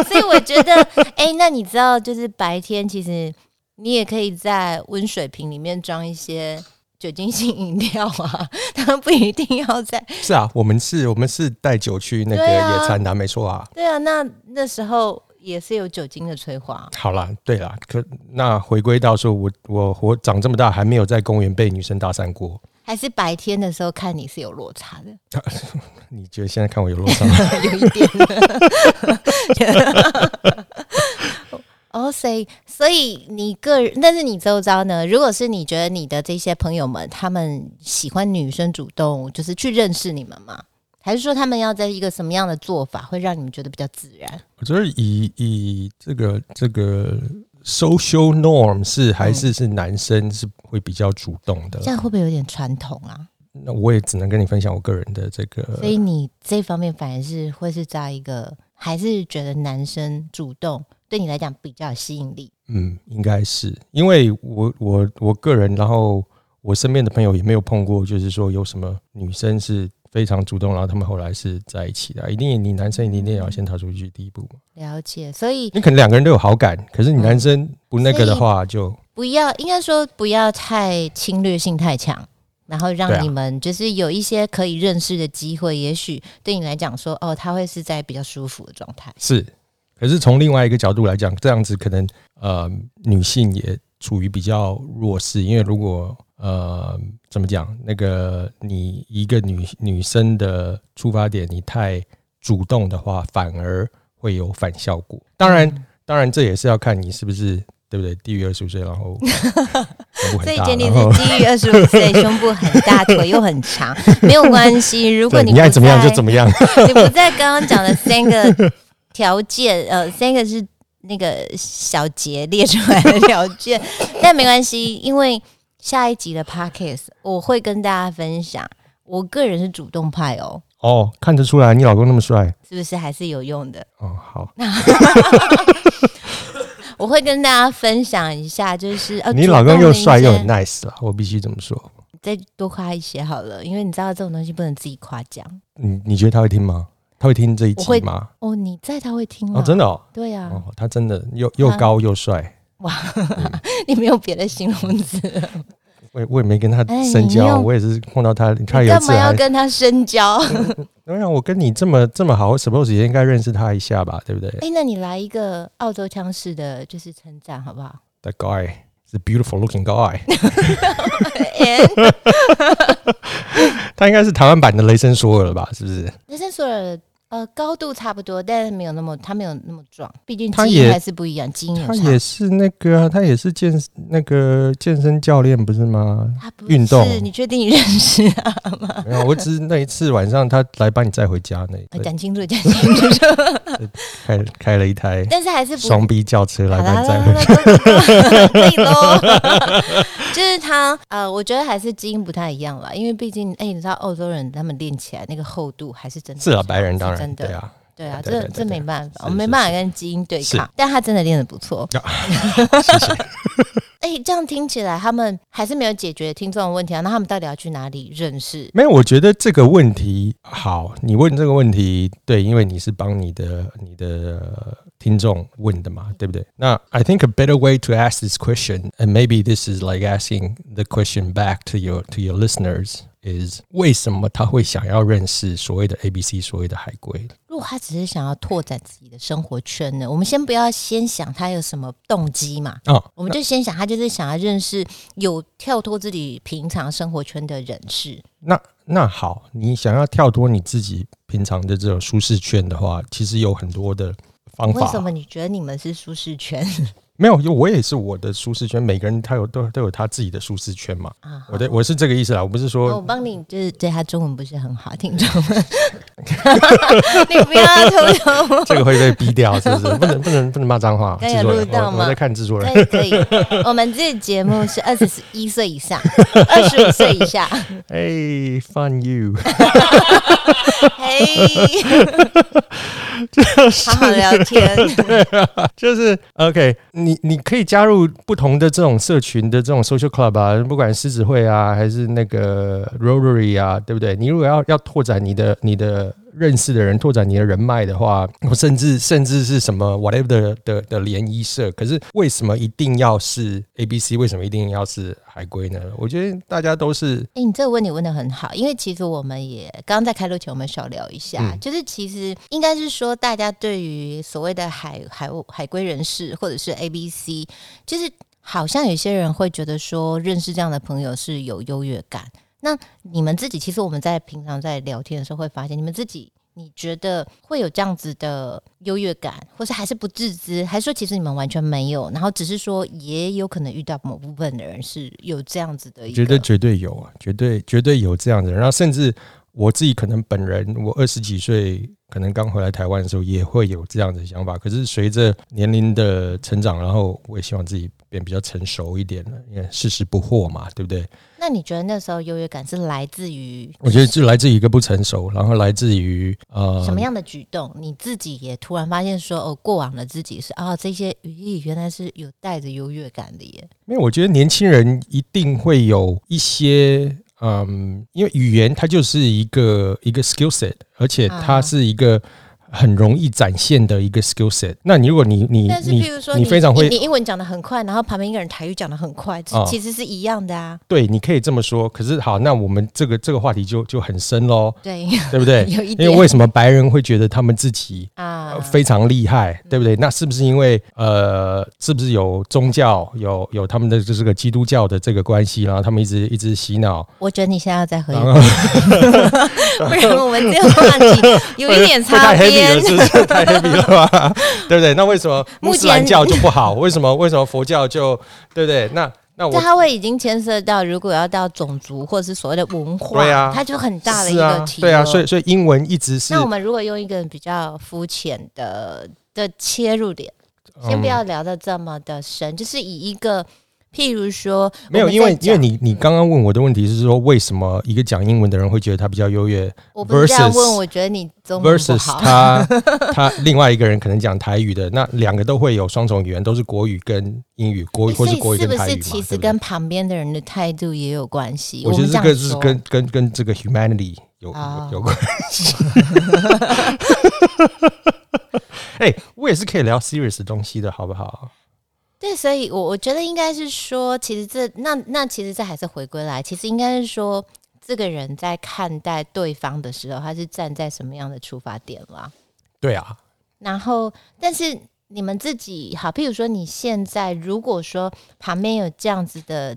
Speaker 2: 所以我
Speaker 1: (laughs)
Speaker 2: 觉得，哎、那你知道，就是白天其实你也可以在温水瓶里面装一些酒精性饮料啊，它不一定要在。
Speaker 1: 是啊，我们是我们是带酒去那个
Speaker 2: 对啊
Speaker 1: 野餐的啊、没错啊。
Speaker 2: 对啊，那那时候也是有酒精的催化。啊
Speaker 1: 好啦，对啦，可那回归到说我我活长这么大还没有在公园被女生搭讪过，
Speaker 2: 还是白天的时候看你是有落差的，
Speaker 1: 你觉得现在看我有落差吗？ (laughs)
Speaker 2: (laughs) 有一点。哦，所以所以你个人，但是你周遭呢？如果是你觉得你的这些朋友们，他们喜欢女生主动，就是去认识你们吗？还是说他们要在一个什么样的做法，会让你们觉得比较自然？
Speaker 1: 我觉得以以这个这个 social norm 是
Speaker 2: 嗯
Speaker 1: 还是是男生是会比较主动的
Speaker 2: 这。样会不会有点传统啊？
Speaker 1: 那我也只能跟你分享我个人的这个，
Speaker 2: 所以你这方面反而是会是在一个，还是觉得男生主动对你来讲比较有吸引力？
Speaker 1: 嗯，应该是因为我我我个人，然后我身边的朋友也没有碰过，就是说有什么女生是非常主动，然后他们后来是在一起的啊。一定你男生一定也要先踏出去第一步嘛。
Speaker 2: 了解，所以
Speaker 1: 你可能两个人都有好感，可是你男生不那个的话就，
Speaker 2: 不要，应该说不要太侵略性太强，然后
Speaker 1: 对
Speaker 2: 让
Speaker 1: 啊
Speaker 2: 你们就是有一些可以认识的机会，也许对你来讲说，哦，他会是在比较舒服的状态。
Speaker 1: 是。可是从另外一个角度来讲，这样子可能呃女性也处于比较弱势，因为如果呃怎么讲，那个你一个女女生的出发点你太主动的话，反而会有反效果。当然，
Speaker 2: 嗯
Speaker 1: 当然这也是要看你是不是对不对，低于二十五岁，然
Speaker 2: (laughs)
Speaker 1: 后胸部
Speaker 2: 所
Speaker 1: 很
Speaker 2: 以
Speaker 1: 大，
Speaker 2: 建立
Speaker 1: 然
Speaker 2: 是
Speaker 1: 后
Speaker 2: 基于二十五岁，胸部很
Speaker 1: (laughs)
Speaker 2: 大，腿又很长，没有关系。如果
Speaker 1: 对
Speaker 2: 你
Speaker 1: 你爱怎么样就怎
Speaker 2: 么，
Speaker 1: 么样。
Speaker 2: 你不在刚刚讲的三个条件，呃，三个是那个小杰列出来的条件，但没关系，因为下一集的 podcast 我会跟大家分享，我个人是主动派哦。
Speaker 1: (laughs) 哦，看得出来你老公那么帅
Speaker 2: 是不是还是有用的？
Speaker 1: 哦，好，
Speaker 2: 我会跟大家分享一下，就是呃，
Speaker 1: 你老公又帅又
Speaker 2: 主
Speaker 1: 很
Speaker 2: 动的
Speaker 1: nice 啦，我必须这么说。
Speaker 2: 一些，再多夸一些好了，因为你知道这种东西不能自己夸奖
Speaker 1: 你你觉得他会听吗？他会听这一
Speaker 2: 我会
Speaker 1: 集吗？
Speaker 2: 哦。你在他会听吗？
Speaker 1: 哦，真的哦，
Speaker 2: 对啊，嗯
Speaker 1: 哦，他真的又又
Speaker 2: 他
Speaker 1: 高又帅，
Speaker 2: 你没有别的形容词，
Speaker 1: 我也我也没跟他
Speaker 2: 哎
Speaker 1: 深
Speaker 2: 你
Speaker 1: 交，
Speaker 2: 又
Speaker 1: 我也是碰到他，他
Speaker 2: 你
Speaker 1: 有一
Speaker 2: 干
Speaker 1: 次
Speaker 2: 嘛要
Speaker 1: 还，
Speaker 2: 跟他深交？
Speaker 1: 当然我跟你这么这么好，我 suppose 也应该认识他一下吧，对不对
Speaker 2: 哎、那你来一个澳洲腔式的就是称赞好不好
Speaker 1: ？The guy is a beautiful looking guy， (laughs)
Speaker 2: And-
Speaker 1: 他应该是台湾版的雷神索尔了吧？是不是？
Speaker 2: 雷森索尔呃高度差不多，但是没有那么他没有那么壮，毕竟
Speaker 1: 他
Speaker 2: 基
Speaker 1: 也
Speaker 2: 因还是不一样，基因有
Speaker 1: 他
Speaker 2: 差
Speaker 1: 也。是那个啊，他也是健那个健身教练不是吗？
Speaker 2: 他不
Speaker 1: 运动
Speaker 2: 是你确定你认识啊？
Speaker 1: 没有，我只是那一次晚上他来把你载回家那一
Speaker 2: 呃
Speaker 1: 次，
Speaker 2: 讲清楚，讲清楚。
Speaker 1: 开开了一台
Speaker 2: 但是还是不
Speaker 1: 双 B 轿车来
Speaker 2: 好
Speaker 1: 把
Speaker 2: 啦
Speaker 1: 你
Speaker 2: 啦
Speaker 1: 载回
Speaker 2: 啦
Speaker 1: 家。
Speaker 2: 啦可以喽。就是他，呃，我觉得还是基因不太一样啦，因为毕竟，哎、你知道澳洲人他们练起来那个厚度还是真的
Speaker 1: 是啊，白人当然
Speaker 2: 是真的
Speaker 1: 对啊，
Speaker 2: 对啊，
Speaker 1: 对
Speaker 2: 这
Speaker 1: 对对
Speaker 2: 这没办
Speaker 1: 是
Speaker 2: 法，我们没
Speaker 1: 是
Speaker 2: 办法跟基因对抗
Speaker 1: 是，
Speaker 2: 但他真的练得不错。
Speaker 1: 谢谢。
Speaker 2: 哎、这样听起来他们还是没有解决听众的问题啊，那他们到底要去哪里认识？
Speaker 1: 没有，我觉得这个问题好，你问这个问题对，因为你是帮你的你的呃听众问的嘛，对不对？那 I think a better way to ask this question, and maybe this is like asking the question back to your to your listeners. is 为什么他会想要认识所谓的 A、B、C 所谓的海龟？
Speaker 2: 如果他只是想要拓展自己的生活圈呢，我们先不要先想他有什么动机嘛，
Speaker 1: 哦，
Speaker 2: 我们就先想他就是想要认识有跳脱自己平常生活圈的人士。
Speaker 1: 那那好，你想要跳脱你自己平常的这种舒适圈的话，其实有很多的方
Speaker 2: 为
Speaker 1: 法。
Speaker 2: 什么你觉得你们是舒适圈
Speaker 1: 没有，就我也是我的舒适圈，每个人他有都都有他自己的舒适圈嘛。
Speaker 2: 啊？
Speaker 1: 我的我是这个意思啦，我不是
Speaker 2: 哦我
Speaker 1: 说
Speaker 2: 帮你，就是对他中文不是很好，听众们，你不要偷偷。
Speaker 1: 这个会被逼掉，是不
Speaker 2: (laughs)
Speaker 1: 是？不能不能不能骂脏话，
Speaker 2: 那有
Speaker 1: 制作
Speaker 2: 录
Speaker 1: 人，
Speaker 2: 到
Speaker 1: 我
Speaker 2: 吗
Speaker 1: 我在看制作人。
Speaker 2: 可以可以，我们这个节目是二十一岁以上，二十五岁以下。
Speaker 1: 哎，fun you，
Speaker 2: (laughs) 嘿，好好聊天。
Speaker 1: (laughs) 就是 OK，你你可以加入不同的这种社群的这种 social club 啊，不管狮子会啊，还是那个 Rotary 啊，对不对？你如果要要拓展你的你的认识的人，拓展你的人脉的话，甚至甚至是什么 whatever 的的的联谊社，可是为什么一定要是 A B C？为什么一定要是海龟呢？我觉得大家都是
Speaker 2: 哎、你这个问题问的很好，因为其实我们也刚刚在开录前我们小聊一下，
Speaker 1: 嗯
Speaker 2: 就是其实应该是说大家对于所谓的海海海归人士或者是 A B C，就是好像有些人会觉得说认识这样的朋友是有优越感。那你们自己其实我们在平常在聊天的时候会发现，你们自己你觉得会有这样子的优越感，或是还是不自知，还是说其实你们完全没有，然后只是说也有可能遇到某部分的人是有这样子的一
Speaker 1: 觉
Speaker 2: 个，
Speaker 1: 得绝对有啊，绝对绝对有这样的人。然后甚至我自己可能本人，我二十几岁，可能刚回来台湾的时候也会有这样的想法。可是随着年龄的成长，然后我也希望自己变比较成熟一点了，因为世事不惑嘛，对不对？
Speaker 2: 那你觉得那时候优越感是来自于
Speaker 1: 我觉得是来自于一个不成熟，然后来自于呃
Speaker 2: 什么样的举动？你自己也突然发现说，哦，过往的自己是啊、这些咦，原来是有带着优越感的耶。
Speaker 1: 因为我觉得年轻人一定会有一些，嗯，因为语言它就是一个一个 skill set，而且它
Speaker 2: 啊
Speaker 1: 是一个很容易展现的一个 skill set。那你如果你你
Speaker 2: 但是，
Speaker 1: 你
Speaker 2: 譬如说
Speaker 1: 你非常会
Speaker 2: 你英文讲的很快，然后旁边一个人台语讲的很快，这
Speaker 1: 哦
Speaker 2: 其实是一样的啊。
Speaker 1: 对，你可以这么说。可是好，那我们这个这个话题就就很深
Speaker 2: (laughs)
Speaker 1: 喽，
Speaker 2: 对，
Speaker 1: 对不 (laughs) 对？
Speaker 2: 有一
Speaker 1: 因
Speaker 2: 点
Speaker 1: 为为什么白人会觉得他们自己
Speaker 2: (laughs) 啊嗯
Speaker 1: 呃，非常厉害，对不对？那是不是因为呃，是不是有宗教有有他们的就是个基督教的这个关系，然后他们一直一直洗脑，
Speaker 2: 我觉得你现在要再喝一
Speaker 1: 啊
Speaker 2: 杯， (laughs) 不然我们这个话题有一点
Speaker 1: 会 (laughs)
Speaker 2: 擦
Speaker 1: 太 heavy
Speaker 2: 边
Speaker 1: 了，。是不是太 heavy 了吧？ (laughs) 对不对？那为什么
Speaker 2: 目
Speaker 1: 穆斯
Speaker 2: 前
Speaker 1: 兰教就不好？ (laughs) 为什么为什么佛教就对不对？那那
Speaker 2: 这
Speaker 1: 我
Speaker 2: 它会已经牵涉到，如果要到种族或者是所谓的文化，
Speaker 1: 对啊
Speaker 2: 它就很大的一
Speaker 1: 是
Speaker 2: 个
Speaker 1: 啊，
Speaker 2: 题了、
Speaker 1: 对啊，所以所以英文一直是
Speaker 2: 那我们如果用一个比较肤浅的的切入点，
Speaker 1: 嗯
Speaker 2: 先不要聊的这么的深，就是以一个譬如说，
Speaker 1: 没有，
Speaker 2: 我们
Speaker 1: 因为
Speaker 2: 在讲
Speaker 1: 因为你你刚刚问我的问题是说，为什么一个讲英文的人会觉得他比较优越
Speaker 2: 我不是这样
Speaker 1: versus-
Speaker 2: 问，我觉得你中文不
Speaker 1: ，versus
Speaker 2: 好。
Speaker 1: 他 (laughs) 他另外一个人可能讲台语的，那两个都会有双重语言，都是国语跟英语，国语或
Speaker 2: 所
Speaker 1: 是
Speaker 2: 以
Speaker 1: 国语
Speaker 2: 是
Speaker 1: 跟
Speaker 2: 不
Speaker 1: 台语
Speaker 2: 是
Speaker 1: 嘛，
Speaker 2: 其
Speaker 1: 对
Speaker 2: 实
Speaker 1: 不对
Speaker 2: 跟旁边的人的态度也有关系？
Speaker 1: 我觉得
Speaker 2: 们这
Speaker 1: 这
Speaker 2: 样
Speaker 1: 个是
Speaker 2: 说
Speaker 1: 跟跟跟这个 humanity 有
Speaker 2: 啊
Speaker 1: 有有关系。
Speaker 2: (laughs)
Speaker 1: (laughs) 哎、我也是可以聊 serious 的东西的，好不好？
Speaker 2: 对，所以我我觉得应该是说，其实这那那其实这还是回归来，其实应该是说，这个人在看待对方的时候，他是站在什么样的出发点啦？
Speaker 1: 对啊，
Speaker 2: 然后，但是你们自己好，譬如说你现在如果说旁边有这样子的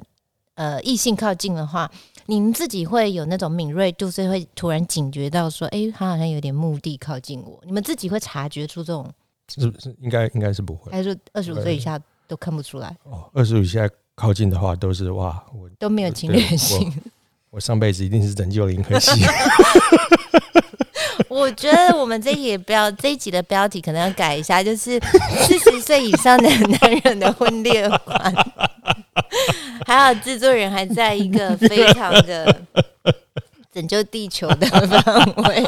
Speaker 2: 呃异性靠近的话，你们自己会有那种敏锐度，所以会突然警觉到说，诶，他好像有点目的靠近我。你们自己会察觉出这种，
Speaker 1: 是不是应该应该是不会
Speaker 2: 还是二十五岁以下都看不出来，
Speaker 1: 哦。二十五现在靠近的话，都是哇，我
Speaker 2: 都没有侵略性。
Speaker 1: 我上辈子一定是拯救了银河
Speaker 2: (laughs)
Speaker 1: 系。
Speaker 2: 我觉得我们这一标这一集的标题可能要改一
Speaker 1: (laughs)
Speaker 2: 下，就是四十岁以上的男人的婚恋观。 (laughs) 还好制作人还在一个非常的拯救地球的范围。 (laughs)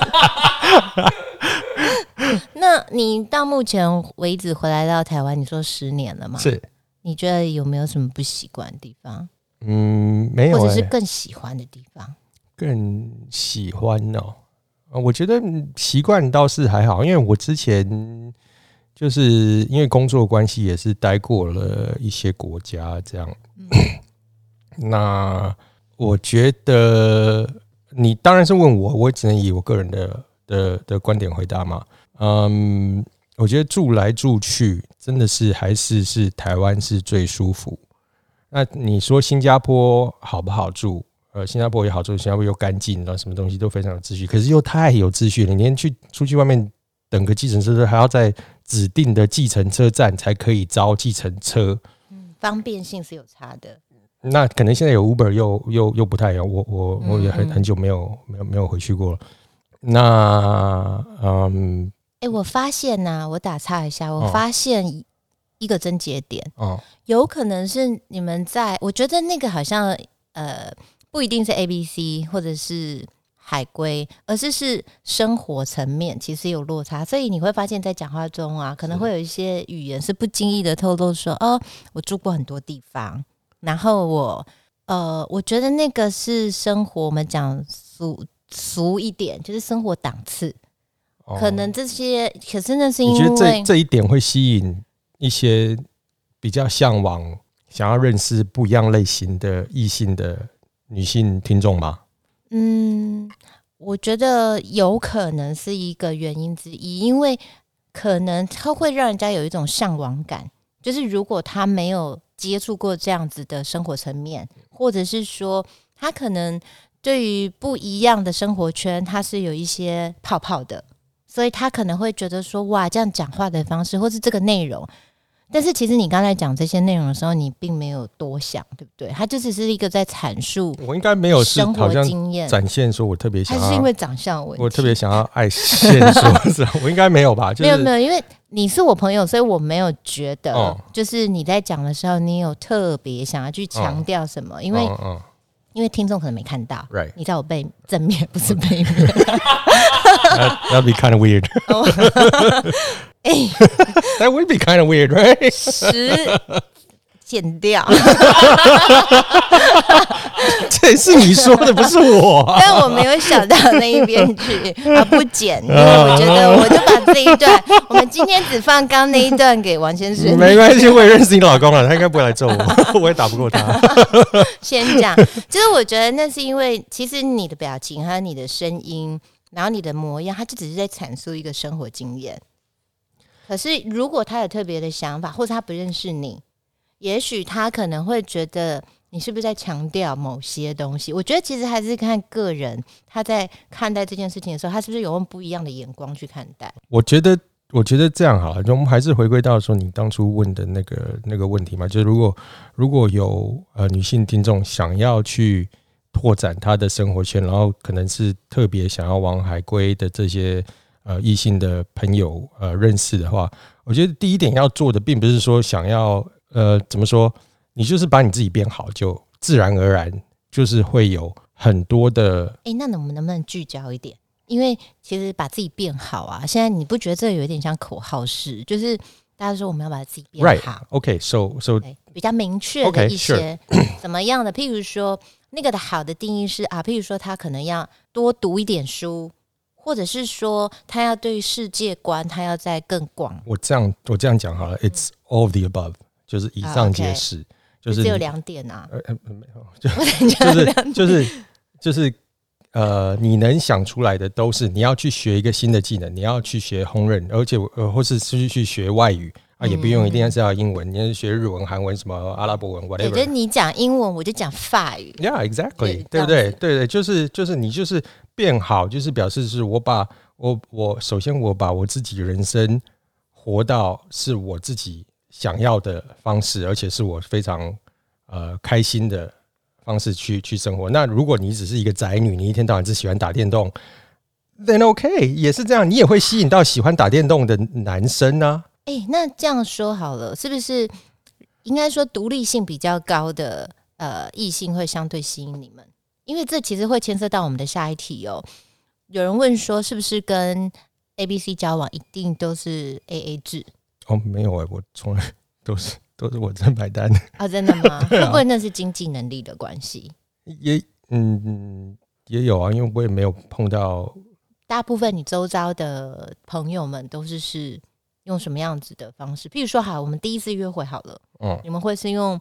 Speaker 2: 那你到目前为止回来到台湾，你说十年了嘛？
Speaker 1: 是，
Speaker 2: 你觉得有没有什么不习惯的地方，
Speaker 1: 嗯，没有、
Speaker 2: 或
Speaker 1: 欸，
Speaker 2: 者是更喜欢的地方？
Speaker 1: 更喜欢哦。呃我觉得嗯习惯倒是还好，因为我之前就是因为工作关系也是待过了一些国 (clears throat) 家这样。那我觉得你当然是问我，我只能以我个人的的的观点回答嘛。嗯，我觉得住来住去真的是还是是台湾是最舒服。那你说新加坡好不好住？呃，新加坡也好住，新加坡又干净，然后什么东西都非常有秩序，可是又太有秩序了，你连去出去外面等个计程车都还要在指定的计程车站才可以招计程车。
Speaker 2: 嗯，方便性是有差的。
Speaker 1: 那可能现在有 Uber 又又又不太一样，我我我也很
Speaker 2: 嗯嗯
Speaker 1: 很久没有没有没有回去过了。那嗯
Speaker 2: 哎、我发现呐、我打岔一下，我
Speaker 1: 哦
Speaker 2: 发现一个症结点，
Speaker 1: 哦
Speaker 2: 有可能是你们在，我觉得那个好像呃不一定是 A B C 或者是海归，而是是生活层面其实有落差，所以你会发现在讲话中啊，可能
Speaker 1: 是
Speaker 2: 会有一些语言是不经意的透露说，哦，我住过很多地方，然后我呃，我觉得那个是生活，我们讲俗俗一点，就是生活档次，
Speaker 1: 哦
Speaker 2: 可能这些，可是那是因
Speaker 1: 你觉得
Speaker 2: 为
Speaker 1: 这这一点会吸引一些比较向往、想要认识不一样类型的异性的女性听众吗？
Speaker 2: 嗯，我觉得有可能是一个原因之一，因为可能它会让人家有一种向往感，就是如果他没有接触过这样子的生活层面，或者是说他可能对于不一样的生活圈，他是有一些泡泡的，所以他可能会觉得说，哇，这样讲话的方式，或是这个内容。但是其实你刚才讲这些内容的时候，你并没有多想，对不对？它就只是一个在阐述
Speaker 1: 我应该没有是
Speaker 2: 生
Speaker 1: 好
Speaker 2: 活
Speaker 1: 像
Speaker 2: 经验，
Speaker 1: 展现说我特别想
Speaker 2: 还是因
Speaker 1: 要，
Speaker 2: 为长相的问题？
Speaker 1: 我特别想要爱现说，是吧我应该没有吧？就
Speaker 2: (laughs) 没有没
Speaker 1: 是
Speaker 2: 有，因为你是我朋友，所以我没有觉得，
Speaker 1: 哦
Speaker 2: 就是你在讲的时候，你有特别想要去强调什么，因为、
Speaker 1: 嗯嗯
Speaker 2: 因为听众可能没看到。
Speaker 1: ，right，
Speaker 2: 你知道我背正面不是背
Speaker 1: (laughs)
Speaker 2: 面，
Speaker 1: that that'd be kind of
Speaker 2: (laughs)
Speaker 1: weird.
Speaker 2: 哦哎、
Speaker 1: (laughs) That would be kind of weird, right? (laughs)
Speaker 2: 十剪 (laughs) 掉，
Speaker 1: 这是你说的，不是我啊。
Speaker 2: 但我没有想到那一边去，啊不剪，因为我觉
Speaker 1: 哦
Speaker 2: 得我就把这一段，我们今天只放刚 (laughs) 那一段给王先生，
Speaker 1: 没关系，我也认识你老公了，他应该不会来揍我， (laughs) 我也打不过他。
Speaker 2: (laughs) 先讲，就是我觉得那是因为，其实你的表情还有你的声音，然后你的模样，它就只是在阐述一个生活经验。可是如果他有特别的想法，或者他不认识你，也许他可能会觉得你是不是在强调某些东西。我觉得其实还是看个人他在看待这件事情的时候，他是不是有用不一样的眼光去看待。
Speaker 1: 我觉得，我觉得这样好了，啊就我们还是回归到说你当初问的那个那个问题嘛，就是如果如果有呃女性听众想要去拓展她的生活圈，然后可能是特别想要往海归的这些呃异性的朋友呃认识的话，我觉得第一点要做的，并不是说想要呃怎么说，你就是把你自己变好，就自然而然就是会有很多的
Speaker 2: 诶，那我们能不能聚焦一点？因为其实把自己变好啊，现在你不觉得这有一点像口号式？就是大家说我们要把自己变
Speaker 1: right
Speaker 2: 好
Speaker 1: OK，so so
Speaker 2: 对，比较明确的
Speaker 1: OK，
Speaker 2: 一些怎么样的？譬如说，那个的好的定义是啊，譬如说他可能要多读一点书，或者是说他要对于世界观他要再更广，
Speaker 1: 我这样我这样讲好了，It's
Speaker 2: 嗯
Speaker 1: all of the above，就是以上皆是，就是
Speaker 2: 啊只有
Speaker 1: 你
Speaker 2: 两点啊。
Speaker 1: 呃呃没
Speaker 2: (laughs)
Speaker 1: 有，
Speaker 2: 我等一下
Speaker 1: 就是就是就是呃，你能想出来的都是你要去学一个新的技能，你要去学烹饪，而且我呃或是去去学外语啊，也不用
Speaker 2: 嗯
Speaker 1: 一定是要英文，你要学日文、韩文什么阿拉伯文
Speaker 2: 对，就是
Speaker 1: whatever。
Speaker 2: 你讲英文，我就讲法语。
Speaker 1: Yeah, exactly，
Speaker 2: 这
Speaker 1: 对
Speaker 2: 样
Speaker 1: 不对？对对，就是就是你就是变好，就是表示是我把我我首先我把我自己人生活到是我自己想要的方式，而且是我非常呃开心的方式去去生活。那如果你只是一个宅女，你一天到晚只喜欢打电动，then OK 也是这样，你也会吸引到喜欢打电动的男生啊。
Speaker 2: 诶，哎那这样说好了，是不是应该说独立性比较高的呃异性会相对吸引你们？因为这其实会牵涉到我们的下一题哦。有人问说，是不是跟 A、B、C 交往一定都是 A A 制
Speaker 1: 哦，没有哎、我从来 (laughs) 都是都是我在买单。
Speaker 2: 啊？真的
Speaker 1: (laughs)
Speaker 2: 吗？
Speaker 1: 对啊
Speaker 2: 会不会那是经济能力的关系？
Speaker 1: 也嗯也有啊，因为我也没有碰到
Speaker 2: 大部分你周遭的朋友们都是是用什么样子的方式？譬如说，好，我们第一次约会好了，
Speaker 1: 嗯
Speaker 2: 你们会是用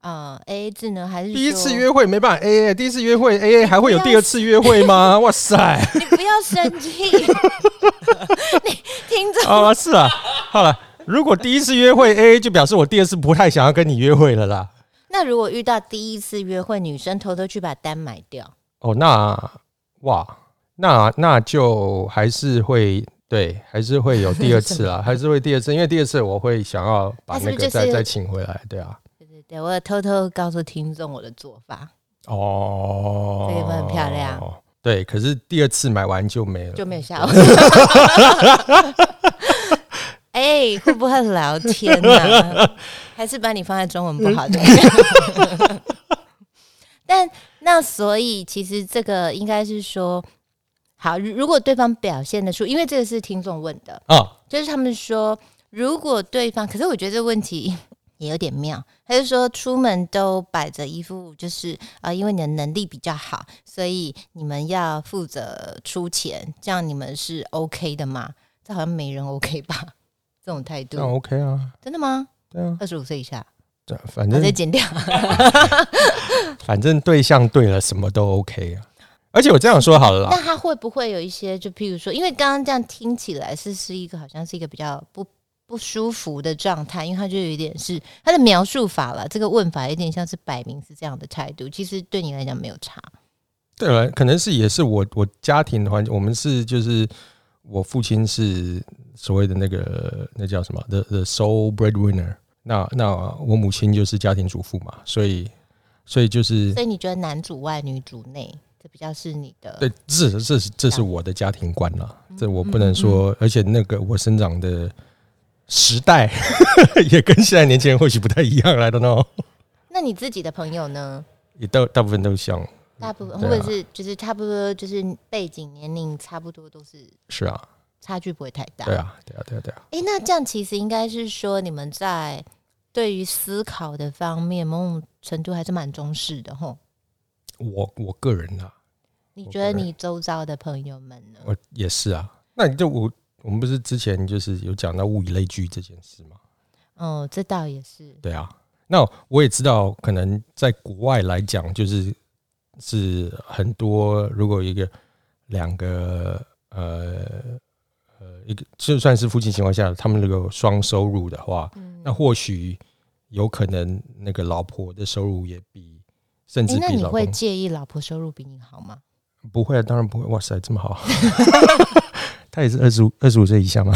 Speaker 2: 呃 A A 制呢，还是
Speaker 1: 第一次
Speaker 2: 说
Speaker 1: 约会没办法 A A，第一次约会 A A 还会有第二次约会
Speaker 2: (laughs)
Speaker 1: 吗？哇塞！
Speaker 2: 你不要生气，你听着，
Speaker 1: 啊，是啊，好了，如果第一次约会 A A，就表示我第二次不太想要跟你约会了啦。
Speaker 2: 那如果遇到第一次约会，女生偷偷去把单买掉，
Speaker 1: 哦，那哇，那那就还是会对，还是会有第二次
Speaker 2: (laughs)
Speaker 1: 啦，还是会第二次，因为第二次我会想要把
Speaker 2: 那是
Speaker 1: 那
Speaker 2: 不是
Speaker 1: 个
Speaker 2: 就
Speaker 1: 再
Speaker 2: 是
Speaker 1: 再请回来，对啊。
Speaker 2: 对对对，我有偷偷告诉听众我的做法，
Speaker 1: 哦，
Speaker 2: 这个会很漂亮。
Speaker 1: 对，可是第二次买完就没了，
Speaker 2: 就没有下文。哎、会不会聊天呢、还是把你放在中文不好的？但那所以其实这个应该是说，好，如如果对方表现得出，因为这个是听众问的，
Speaker 1: 啊。
Speaker 2: 就是他们说，如果对方，可是我觉得这个问题 (laughs) 也有点妙。他就说，出门都摆着一副就是啊、呃因为你的能力比较好，所以你们要负责出钱，这样你们是 OK 的吗？这好像没人 OK 吧？这种态
Speaker 1: 那
Speaker 2: 度，
Speaker 1: OK 啊，
Speaker 2: 真的吗？
Speaker 1: 对啊，
Speaker 2: 二十五岁以下，
Speaker 1: 这反
Speaker 2: 我
Speaker 1: 正
Speaker 2: 再剪掉。
Speaker 1: 反正对象对了，什么都 OK 啊。而且我这样说好了啦，
Speaker 2: 那他会不会有一些，就譬如说，因为刚刚这样听起来是是一个好像是一个比较不不舒服的状态，因为他就有一点是他的描述法了，这个问法有点像是摆明是这样的态度，其实对你来讲没有差。
Speaker 1: 对了，可能是也是我我家庭的环境，我们是就是我父亲是所谓的那个那叫什么 the the sole breadwinner，那那我母亲就是家庭主妇嘛，所以所以就是
Speaker 2: 所以你觉得男主外女主内，这比较是你的
Speaker 1: 对，这是这是这是我的家庭观啦，这我不能说，而且那个我生长的时代也跟现在年轻人或许不太一样来的呢，
Speaker 2: 那你自己的朋友呢？
Speaker 1: 也大大部分都像
Speaker 2: 大部分、
Speaker 1: 对
Speaker 2: 或
Speaker 1: 啊
Speaker 2: 者是就是差不多就是背景年龄差不多都是
Speaker 1: 是啊，
Speaker 2: 差距不会太大。
Speaker 1: 对啊，对啊，对啊，对啊，
Speaker 2: 诶，那这样其实应该是说，你们在对于思考的方面，某种程度还是蛮重视的吼。
Speaker 1: 我我个人啊，
Speaker 2: 你
Speaker 1: 我
Speaker 2: 觉得
Speaker 1: 个人
Speaker 2: 你周遭的朋友们呢？
Speaker 1: 我也是啊。那你就我我们不是之前就是有讲到物以类聚这件事吗？
Speaker 2: 哦，这倒也是，
Speaker 1: 对啊。那我也知道，可能在国外来讲，就是是很多，如果一个两个呃呃一个就算是夫妻情况下，他们如果双收入的话，
Speaker 2: 嗯，
Speaker 1: 那或许有可能那个老婆的收入也比甚
Speaker 2: 诶
Speaker 1: 至
Speaker 2: 那
Speaker 1: 比
Speaker 2: 你
Speaker 1: 老
Speaker 2: 会
Speaker 1: 公
Speaker 2: 介意老婆收入比你好吗？
Speaker 1: 不会啊，当然不会。哇塞，这么
Speaker 2: (laughs)
Speaker 1: 好，他也是二十五二十五岁以下吗？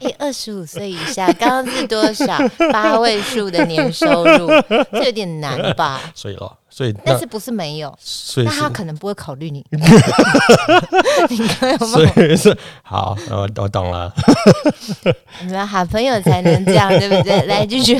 Speaker 2: 诶，二十五岁以下，刚刚是多少八位数的年收入？这有点难吧？
Speaker 1: 所以咯，所以 (laughs)
Speaker 2: 但
Speaker 1: 那
Speaker 2: 是不是没有？
Speaker 1: 所以
Speaker 2: 那
Speaker 1: 是
Speaker 2: 他可能不会考虑你。你刚刚有没
Speaker 1: 所
Speaker 2: 有
Speaker 1: 以是好，呃我我懂了。
Speaker 2: 我们好朋友才能这样，对不对？ (laughs) 来，继续。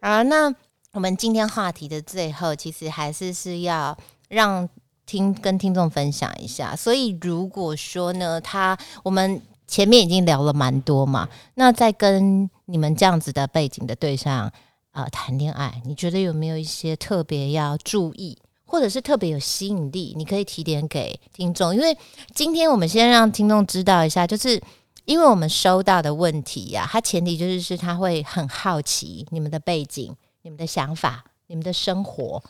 Speaker 2: 好，那我们今天话题的最后，其实还是是要让听跟听众分享一下。所以，如果说呢，他我们前面已经聊了蛮多嘛，那在跟你们这样子的背景的对象啊谈恋爱，你觉得有没有一些特别要注意？或者是特别有吸引力，你可以提点给听众，因为今天我们先让听众知道一下，就是因为我们收到的问题呀、它前提就是是他会很好奇你们的背景、你们的想法、你们的生活。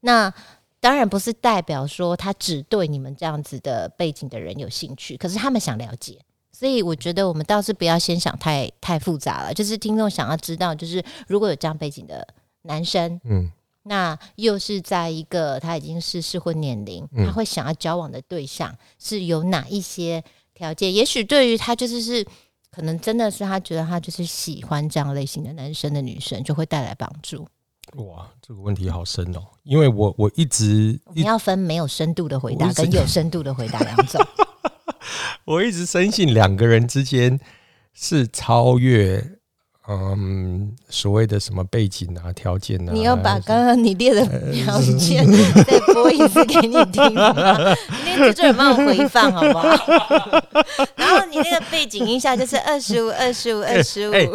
Speaker 2: 那当然不是代表说他只对你们这样子的背景的人有兴趣，可是他们想了解。所以我觉得我们倒是不要先想太太复杂了，就是听众想要知道，就是如果有这样背景的男生，
Speaker 1: 嗯，
Speaker 2: 那又是在一个他已经是适婚年龄，
Speaker 1: 嗯
Speaker 2: 他会想要交往的对象是有哪一些条件？也许对于他就是是可能真的是他觉得他就是喜欢这样类型的男生的女生，就会带来帮助。
Speaker 1: 哇，这个问题好深哦，因为我我一直
Speaker 2: 我们
Speaker 1: 一
Speaker 2: 要分没有深度的回答
Speaker 1: 我一直
Speaker 2: 跟有深度的回答两
Speaker 1: (laughs)
Speaker 2: 种。
Speaker 1: 我一直深信两个人之间是超越嗯所谓的什么背景啊、条件啊。
Speaker 2: 你要把刚刚你列的
Speaker 1: 哎
Speaker 2: 条件再播一次给你听吗？你那个制作人帮我回放好不 (laughs) 好？然后你那个背景音效就是二十五、二十五、二十
Speaker 1: 哎
Speaker 2: 五。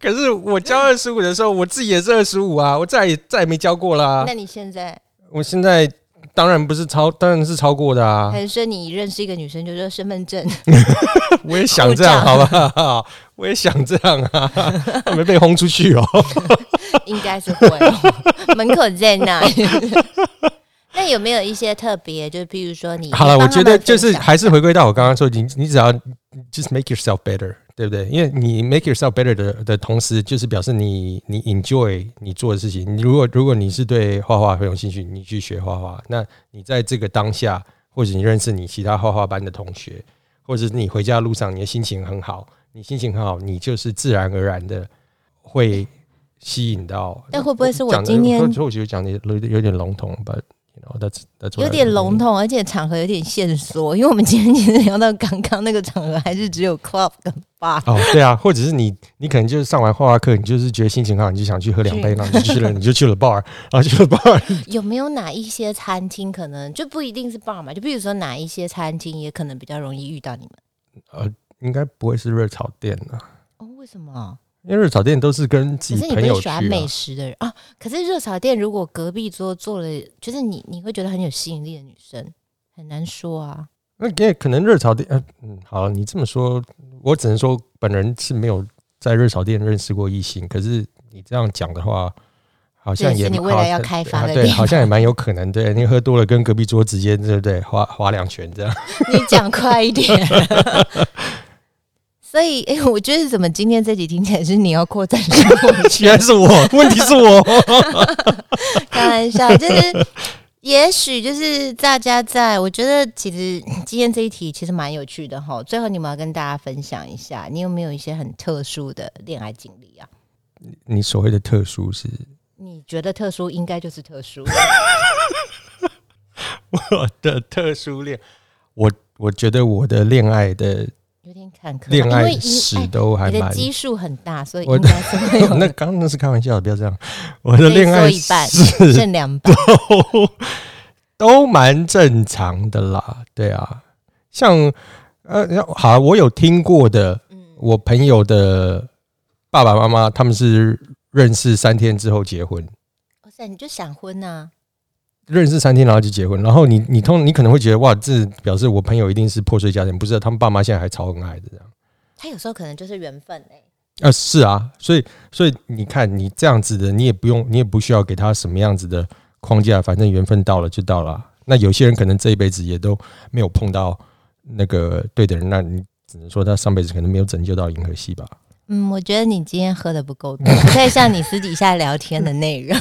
Speaker 1: 可是我交二十五的时候，我自己也是二十五啊，我再也再也没交过啦
Speaker 2: 那。你现在
Speaker 1: 我现在当然不是超，当然是超过的
Speaker 2: (laughs)
Speaker 1: 啊。
Speaker 2: 还是说你认识一个女生就说身份证？ (laughs)
Speaker 1: 我也想这样，
Speaker 2: 护照
Speaker 1: 好不好？ (laughs) 我也想这样啊， (laughs) 没被轰出去哦。
Speaker 2: 应该是会、 (laughs) 哦，门口在那 (laughs) 里。那有没有一些特别？就比如说你
Speaker 1: 好了，
Speaker 2: 你
Speaker 1: 我
Speaker 2: 帮他
Speaker 1: 觉
Speaker 2: 们
Speaker 1: 得就
Speaker 2: 分
Speaker 1: 是
Speaker 2: 享
Speaker 1: 还是回归到我刚刚说，你你只要 just make yourself better，对不对？因为你 make yourself better 的的同时，就是表示你你 enjoy 你做的事情。你如果如果你是对画画很有兴趣，你去学画画，那你在这个当下，或者你认识你其他画画班的同学，或者是你回家路上你的心情很好，你心情很好，你就是自然而然的会吸引到。
Speaker 2: 但会不会是我
Speaker 1: 讲的
Speaker 2: 今天
Speaker 1: 所以我觉得讲的有点有点笼统，but you know that's that's what
Speaker 2: 有
Speaker 1: I
Speaker 2: 点
Speaker 1: mean.
Speaker 2: 笼统，而且场合有点线索，因为我们今天其实聊到刚刚那个场合，还是只有 club 跟 bar。
Speaker 1: 哦，对啊，或者是你，你可能就是上完画画课，你就是觉得心情好，你就想去喝两杯，
Speaker 2: 去
Speaker 1: 然后你
Speaker 2: (laughs)
Speaker 1: 就去了，你就去了 bar，然后去了 bar， (laughs)
Speaker 2: 有没有哪一些餐厅可能就不一定是 bar 嘛？就比如说哪一些餐厅也可能比较容易遇到你们？
Speaker 1: 呃，应该不会是热炒店啊，
Speaker 2: 哦，为什么？
Speaker 1: 因为热炒店都是跟自
Speaker 2: 可是
Speaker 1: 己
Speaker 2: 你不
Speaker 1: 朋友
Speaker 2: 是
Speaker 1: 去、
Speaker 2: 喜
Speaker 1: 啊
Speaker 2: 欢。美食的人啊？可是热炒店如果隔壁桌坐了，就是你你会觉得很有吸引力的女生，很难说
Speaker 1: (laughs)
Speaker 2: 啊。
Speaker 1: 那也可能热炒店，呃，嗯，好，你这么说，我只能说本人是没有在热炒店认识过异性，可是你这样讲的话，好像
Speaker 2: 对
Speaker 1: 也
Speaker 2: 是你未来要开发
Speaker 1: 好
Speaker 2: 的地
Speaker 1: 啊对，
Speaker 2: 方
Speaker 1: 好像也蛮有可能，对你喝多了跟隔壁桌直接对不对，划划两拳
Speaker 2: (laughs)
Speaker 1: 这样。
Speaker 2: 你讲快一点。所以，哎、我觉得怎么今天这集听起来是你要扩展生活
Speaker 1: 居然是我，问题是我。 (laughs)
Speaker 2: 开玩笑，就是也许就是大家在，我觉得其实今天这一题其实蛮有趣的哈。最后你们要跟大家分享一下，你有没有一些很特殊的恋爱经历啊？
Speaker 1: 你所谓的特殊是？
Speaker 2: 你觉得特殊应该就是特殊，
Speaker 1: 我 (laughs) 的特殊恋，我我觉得我的恋爱的
Speaker 2: 有点坎坷，
Speaker 1: 恋
Speaker 2: 因为
Speaker 1: 爱
Speaker 2: 一
Speaker 1: 史都还
Speaker 2: 啊你哎的
Speaker 1: 蛮……
Speaker 2: 基数很大，所以
Speaker 1: 我
Speaker 2: 应该是会有
Speaker 1: (laughs) 那刚刚那是开玩笑的，不要这样。我的
Speaker 2: 可以
Speaker 1: 恋爱
Speaker 2: 说一半
Speaker 1: 史
Speaker 2: 剩两百。
Speaker 1: 都都蛮正常的啦，对啊，像呃，好，我有听过的，
Speaker 2: 嗯，
Speaker 1: 我朋友的爸爸妈妈他们是认识三天之后结婚，
Speaker 2: 哇塞，你就闪婚啊呐、
Speaker 1: 认识三天，然后就结婚，然后你你通你可能会觉得哇，这表示我朋友一定是破碎家庭，不是他们爸妈现在还超恩爱的这样。
Speaker 2: 他有时候可能就是缘分哎、
Speaker 1: 啊，是啊，所以所以你看，你这样子的，你也不用，你也不需要给他什么样子的框架，反正缘分到了就到了啊。那有些人可能这一辈子也都没有碰到那个对的人，那你只能说他上辈子可能没有拯救到银河系吧。 (laughs)
Speaker 2: 嗯，我觉得你今天喝的不够多，不太像你私底下聊天的内容。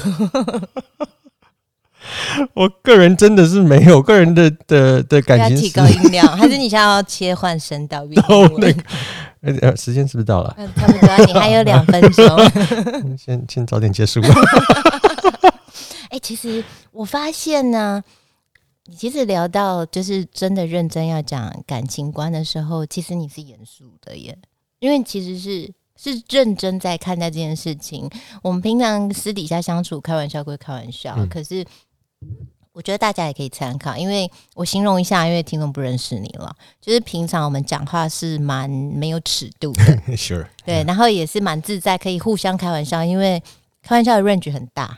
Speaker 1: 我个人真的是没有，个人的的的
Speaker 2: 要
Speaker 1: 感情
Speaker 2: 提高音量，还是你想要切换声
Speaker 1: (laughs)
Speaker 2: 道？
Speaker 1: 都那个，呃呃，时间是不是到了？ (laughs)
Speaker 2: 嗯差不多啊，你还有两分钟。
Speaker 1: 先 (laughs) 先早点结束。
Speaker 2: 哎、其实我发现呢、你其实聊到就是真的认真要讲感情观的时候，其实你是严肃的耶，因为其实是是认真在看待这件事情。我们平常私底下相处，开玩笑归开玩笑，
Speaker 1: 嗯
Speaker 2: 可是。我觉得大家也可以参考，因为我形容一下，因为听众不认识你了，就是平常我们讲话是蛮没有尺度的，
Speaker 1: sure，
Speaker 2: 对，然后也是蛮自在，可以互相开玩笑，因为开玩笑的 range 很大，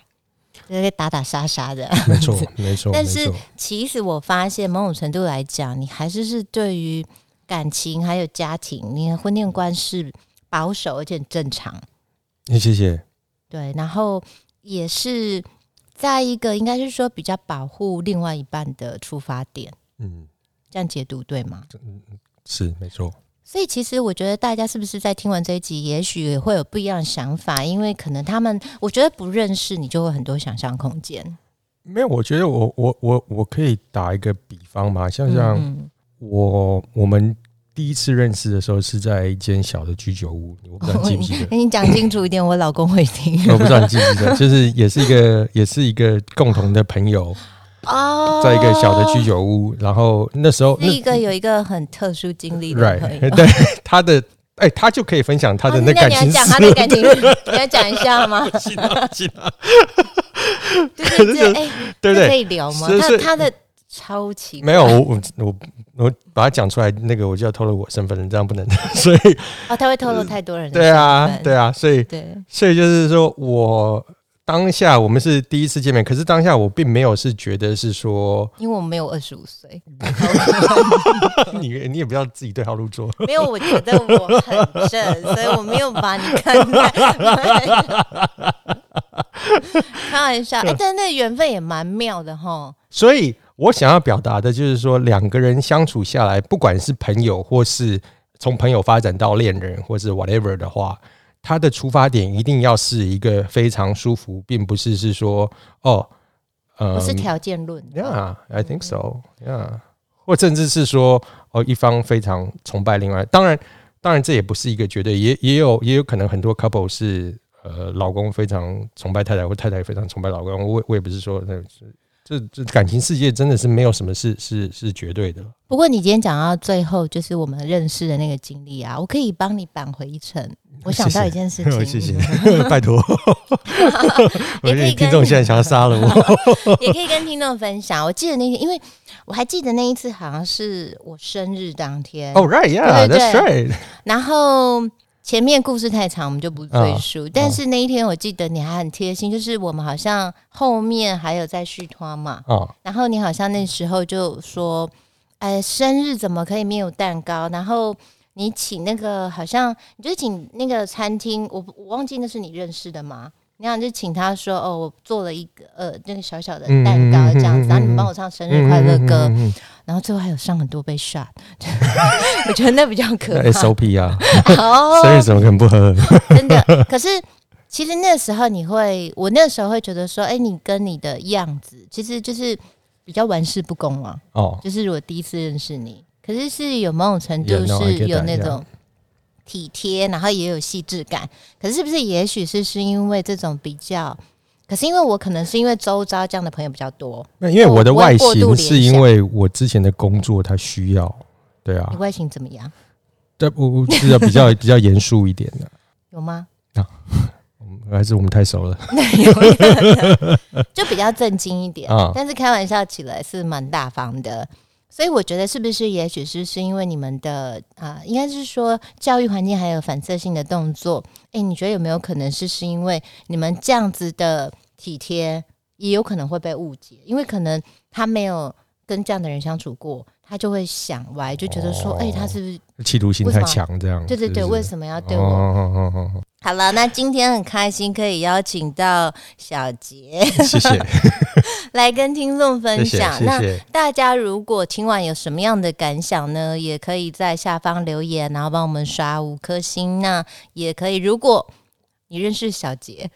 Speaker 2: 就是可以打打杀杀的。 (laughs)
Speaker 1: 没错，没错，没
Speaker 2: 但是
Speaker 1: 错。
Speaker 2: 其实我发现，某种程度来讲，你还是是对于感情还有家庭，你的婚恋观是保守而且很正常。
Speaker 1: 哎谢谢。
Speaker 2: 对，然后也是在一个应该是说比较保护另外一半的出发点，
Speaker 1: 嗯，
Speaker 2: 这样解读对吗？
Speaker 1: 是没错。
Speaker 2: 所以其实我觉得大家是不是在听完这一集，也许也会有不一样的想法，因为可能他们我觉得不认识你，就会很多想象空间。
Speaker 1: 没有，我觉得我我我我可以打一个比方嘛，像像
Speaker 2: 嗯
Speaker 1: 我、我们第一次认识的时候是在一间小的居酒屋，我不知道你记不记得，
Speaker 2: 嗯你讲清楚一点，我老公
Speaker 1: (laughs)
Speaker 2: 会听
Speaker 1: 我不知道你记不记
Speaker 2: (laughs)
Speaker 1: 得，就是也是一个也是一个共同的朋友，
Speaker 2: 哦。
Speaker 1: 在一个小的居，酒屋，然后那时候
Speaker 2: 是
Speaker 1: 那
Speaker 2: 一个有一个很特殊经历的朋
Speaker 1: right
Speaker 2: 友。
Speaker 1: 对他的哎、他就可以分 (laughs) 享他的
Speaker 2: 哦
Speaker 1: 那
Speaker 2: 那
Speaker 1: 感
Speaker 2: 你
Speaker 1: 情
Speaker 2: 要讲他
Speaker 1: 史
Speaker 2: 的感情，
Speaker 1: (laughs)
Speaker 2: 你要讲一下吗？
Speaker 1: 行啊行啊，
Speaker 2: 就是
Speaker 1: 是
Speaker 2: 这哎，
Speaker 1: 对不
Speaker 2: 这
Speaker 1: 对
Speaker 2: 可？以聊吗？
Speaker 1: 是
Speaker 2: 他
Speaker 1: 是
Speaker 2: 他的超奇
Speaker 1: 没有，我我我我把它讲出来，那个我就要透露我身份了，这样不能。 (laughs) 所以，
Speaker 2: 哦，他会透露太多人的
Speaker 1: 对啊
Speaker 2: 身，份
Speaker 1: 对啊，所以
Speaker 2: 对，
Speaker 1: 所以就是说我当下我们是第一次见面，可是当下我并没有是觉得是说
Speaker 2: 因为我没有二十五岁，
Speaker 1: 你你也不要自己对号入座，
Speaker 2: (laughs) 没有，我觉得我很正，所以我没有把你看在 (laughs) 开
Speaker 1: (laughs)
Speaker 2: 玩笑。哎、但那缘分也蛮妙的哈。
Speaker 1: 所以我想要表达的就是说，两个人相处下来，不管是朋友或是从朋友发展到恋人，或是 whatever 的话，他的出发点一定要是一个非常舒服，并不是是说哦，呃
Speaker 2: 不是条件论的，
Speaker 1: Yeah, I think so. Yeah，或甚至是说，哦，一方非常崇拜另外，当然，当然这也不是一个绝对，也也有也有可能很多 couple 是呃，老公非常崇拜太太，或太太非常崇拜老公。我也我也不是说那这这感情世界真的是没有什么是是是绝对
Speaker 2: (laughs)
Speaker 1: 的。
Speaker 2: 不过你今天讲到最后，就是我们认识的那个经历啊，我可以帮你扳回一城。我想到一件事情，
Speaker 1: 嗯 (laughs) 谢谢，拜托。我
Speaker 2: 也可以
Speaker 1: 这
Speaker 2: 跟
Speaker 1: 听众现在想要杀
Speaker 2: (laughs)
Speaker 1: 了我。
Speaker 2: (laughs) 也可以跟听众分享。我记得那天，因为我还记得那一次好像是我生日当天，
Speaker 1: Oh right, yeah,
Speaker 2: 对对
Speaker 1: that's right.
Speaker 2: 然后前面故事太长，我们就不赘
Speaker 1: 啊
Speaker 2: 述。但是那一天我记得你还很贴心，就是我们好像后面还有在续拖嘛，
Speaker 1: 啊，
Speaker 2: 然后你好像那时候就说，哎，生日怎么可以没有蛋糕？然后你请那个好像你就请那个餐厅，我不我忘记那是你认识的
Speaker 1: 嗯
Speaker 2: 吗？你想就请他说哦，我做了一个呃那个小小的蛋糕
Speaker 1: 嗯嗯嗯
Speaker 2: 这样
Speaker 1: 嗯嗯
Speaker 2: 子，然后你帮我唱生日快乐歌，
Speaker 1: 嗯嗯嗯嗯
Speaker 2: 然后最后还有上很多杯 shot，我 (laughs) 觉得那比较可
Speaker 1: 嗯 SOP 啊，
Speaker 2: 怕。 (laughs) 哦
Speaker 1: 生日怎么可能不喝？
Speaker 2: 真的。 (laughs) 可是其实那时候你会，我那时候会觉得说，哎、你跟你的样子其实就是比较玩世不恭啊。
Speaker 1: 哦，
Speaker 2: 就是我第一次认识你，可是是有某种程度
Speaker 1: Yeah, no, I
Speaker 2: 是
Speaker 1: get
Speaker 2: 有
Speaker 1: that,
Speaker 2: 那种体贴，然后也有细致感。可是是不是也许是是因为这种比较？可是因为我可能是因为周遭这样的朋友比较多，
Speaker 1: 那因为我的外
Speaker 2: 哦我不会过度
Speaker 1: 形
Speaker 2: 联
Speaker 1: 是因为我之前的工作它需要，对
Speaker 2: 你
Speaker 1: 啊，
Speaker 2: 外形怎么样？
Speaker 1: 但我我是要比较 (laughs) 比较严肃一点的、嗯
Speaker 2: 有吗？
Speaker 1: 还是我们太熟了
Speaker 2: 有可能就比较震惊一点
Speaker 1: 啊，
Speaker 2: 但是开玩笑起来是蛮大方的。所以我觉得是不是也许是是因为你们的啊、应该是说教育环境还有反射性的动作。诶，你觉得有没有可能是是因为你们这样子的体贴，也有可能会被误解，因为可能他没有跟这样的人相处过，他就会想歪，就觉得说，
Speaker 1: 哦
Speaker 2: 诶，他是不是？
Speaker 1: 企图心太强，这样
Speaker 2: 对对对，为什么要对我？
Speaker 1: 哦哦哦
Speaker 2: 好了，那今天很开心可以邀请到小杰。
Speaker 1: 哦，谢
Speaker 2: (laughs)
Speaker 1: 谢
Speaker 2: 来跟听众分
Speaker 1: 谢谢
Speaker 2: 享。
Speaker 1: 谢
Speaker 2: 那
Speaker 1: 谢，
Speaker 2: 大家如果听完有什么样的感想呢，也可以在下方留言，然后帮我们刷五颗星。那也可以，如果你认识小杰。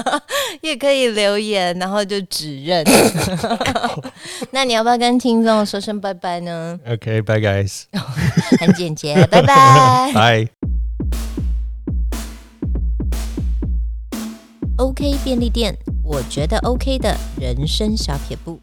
Speaker 2: (laughs) 也可以留言，然后就指认。 (laughs) 那你要不要跟听众说声拜拜呢？
Speaker 1: ，OK，bye、guys，
Speaker 2: (laughs) 很简洁，拜
Speaker 1: (laughs)
Speaker 2: 拜。
Speaker 1: 拜。
Speaker 2: OK 便利店，我觉得 OK 的人生小撇步。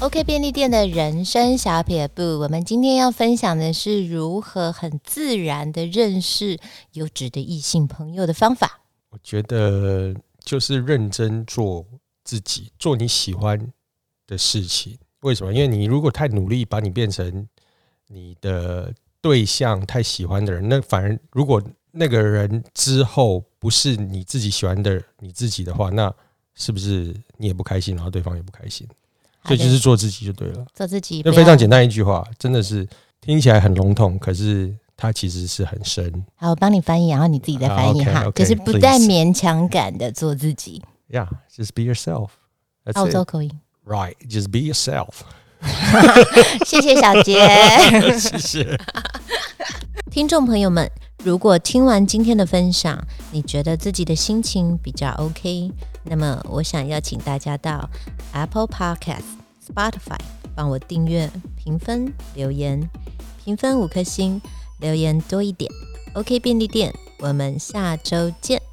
Speaker 2: OK 便利店的人生小撇步，我们今天要分享的是如何很自然的认识优质的异性朋友的方法。
Speaker 1: 我觉得就是认真做自己，做你喜欢的事情。为什么？因为你如果太努力，把你变成你的对象太喜欢的人，那反而如果那个人之后不是你自己喜欢的你自己的话，那是不是你也不开心，然后对方也不开心？所以就是
Speaker 2: 好的
Speaker 1: 做自己就对了。
Speaker 2: 做自己，
Speaker 1: 就
Speaker 2: 不
Speaker 1: 非
Speaker 2: 要
Speaker 1: 常简单一句话，真的是听起来很笼统，可是它其实是很深。
Speaker 2: 好，我帮你翻译，然后你自己再翻译
Speaker 1: 啊
Speaker 2: 哈，
Speaker 1: ，OK，OK，
Speaker 2: 就是不带
Speaker 1: please
Speaker 2: 勉强感的做自己。
Speaker 1: Yeah, just be yourself. That's
Speaker 2: 澳
Speaker 1: it.
Speaker 2: 洲口音， (laughs)
Speaker 1: Right, just be yourself.
Speaker 2: 谢谢小杰。
Speaker 1: 谢谢。
Speaker 2: 听众朋友们，如果听完今天的分享，你觉得自己的心情比较 OK，那么我想邀请大家到 Apple Podcast、Spotify 帮我订阅、评分、留言，评分五颗星，留言多一点。OK 便利店，我们下周见。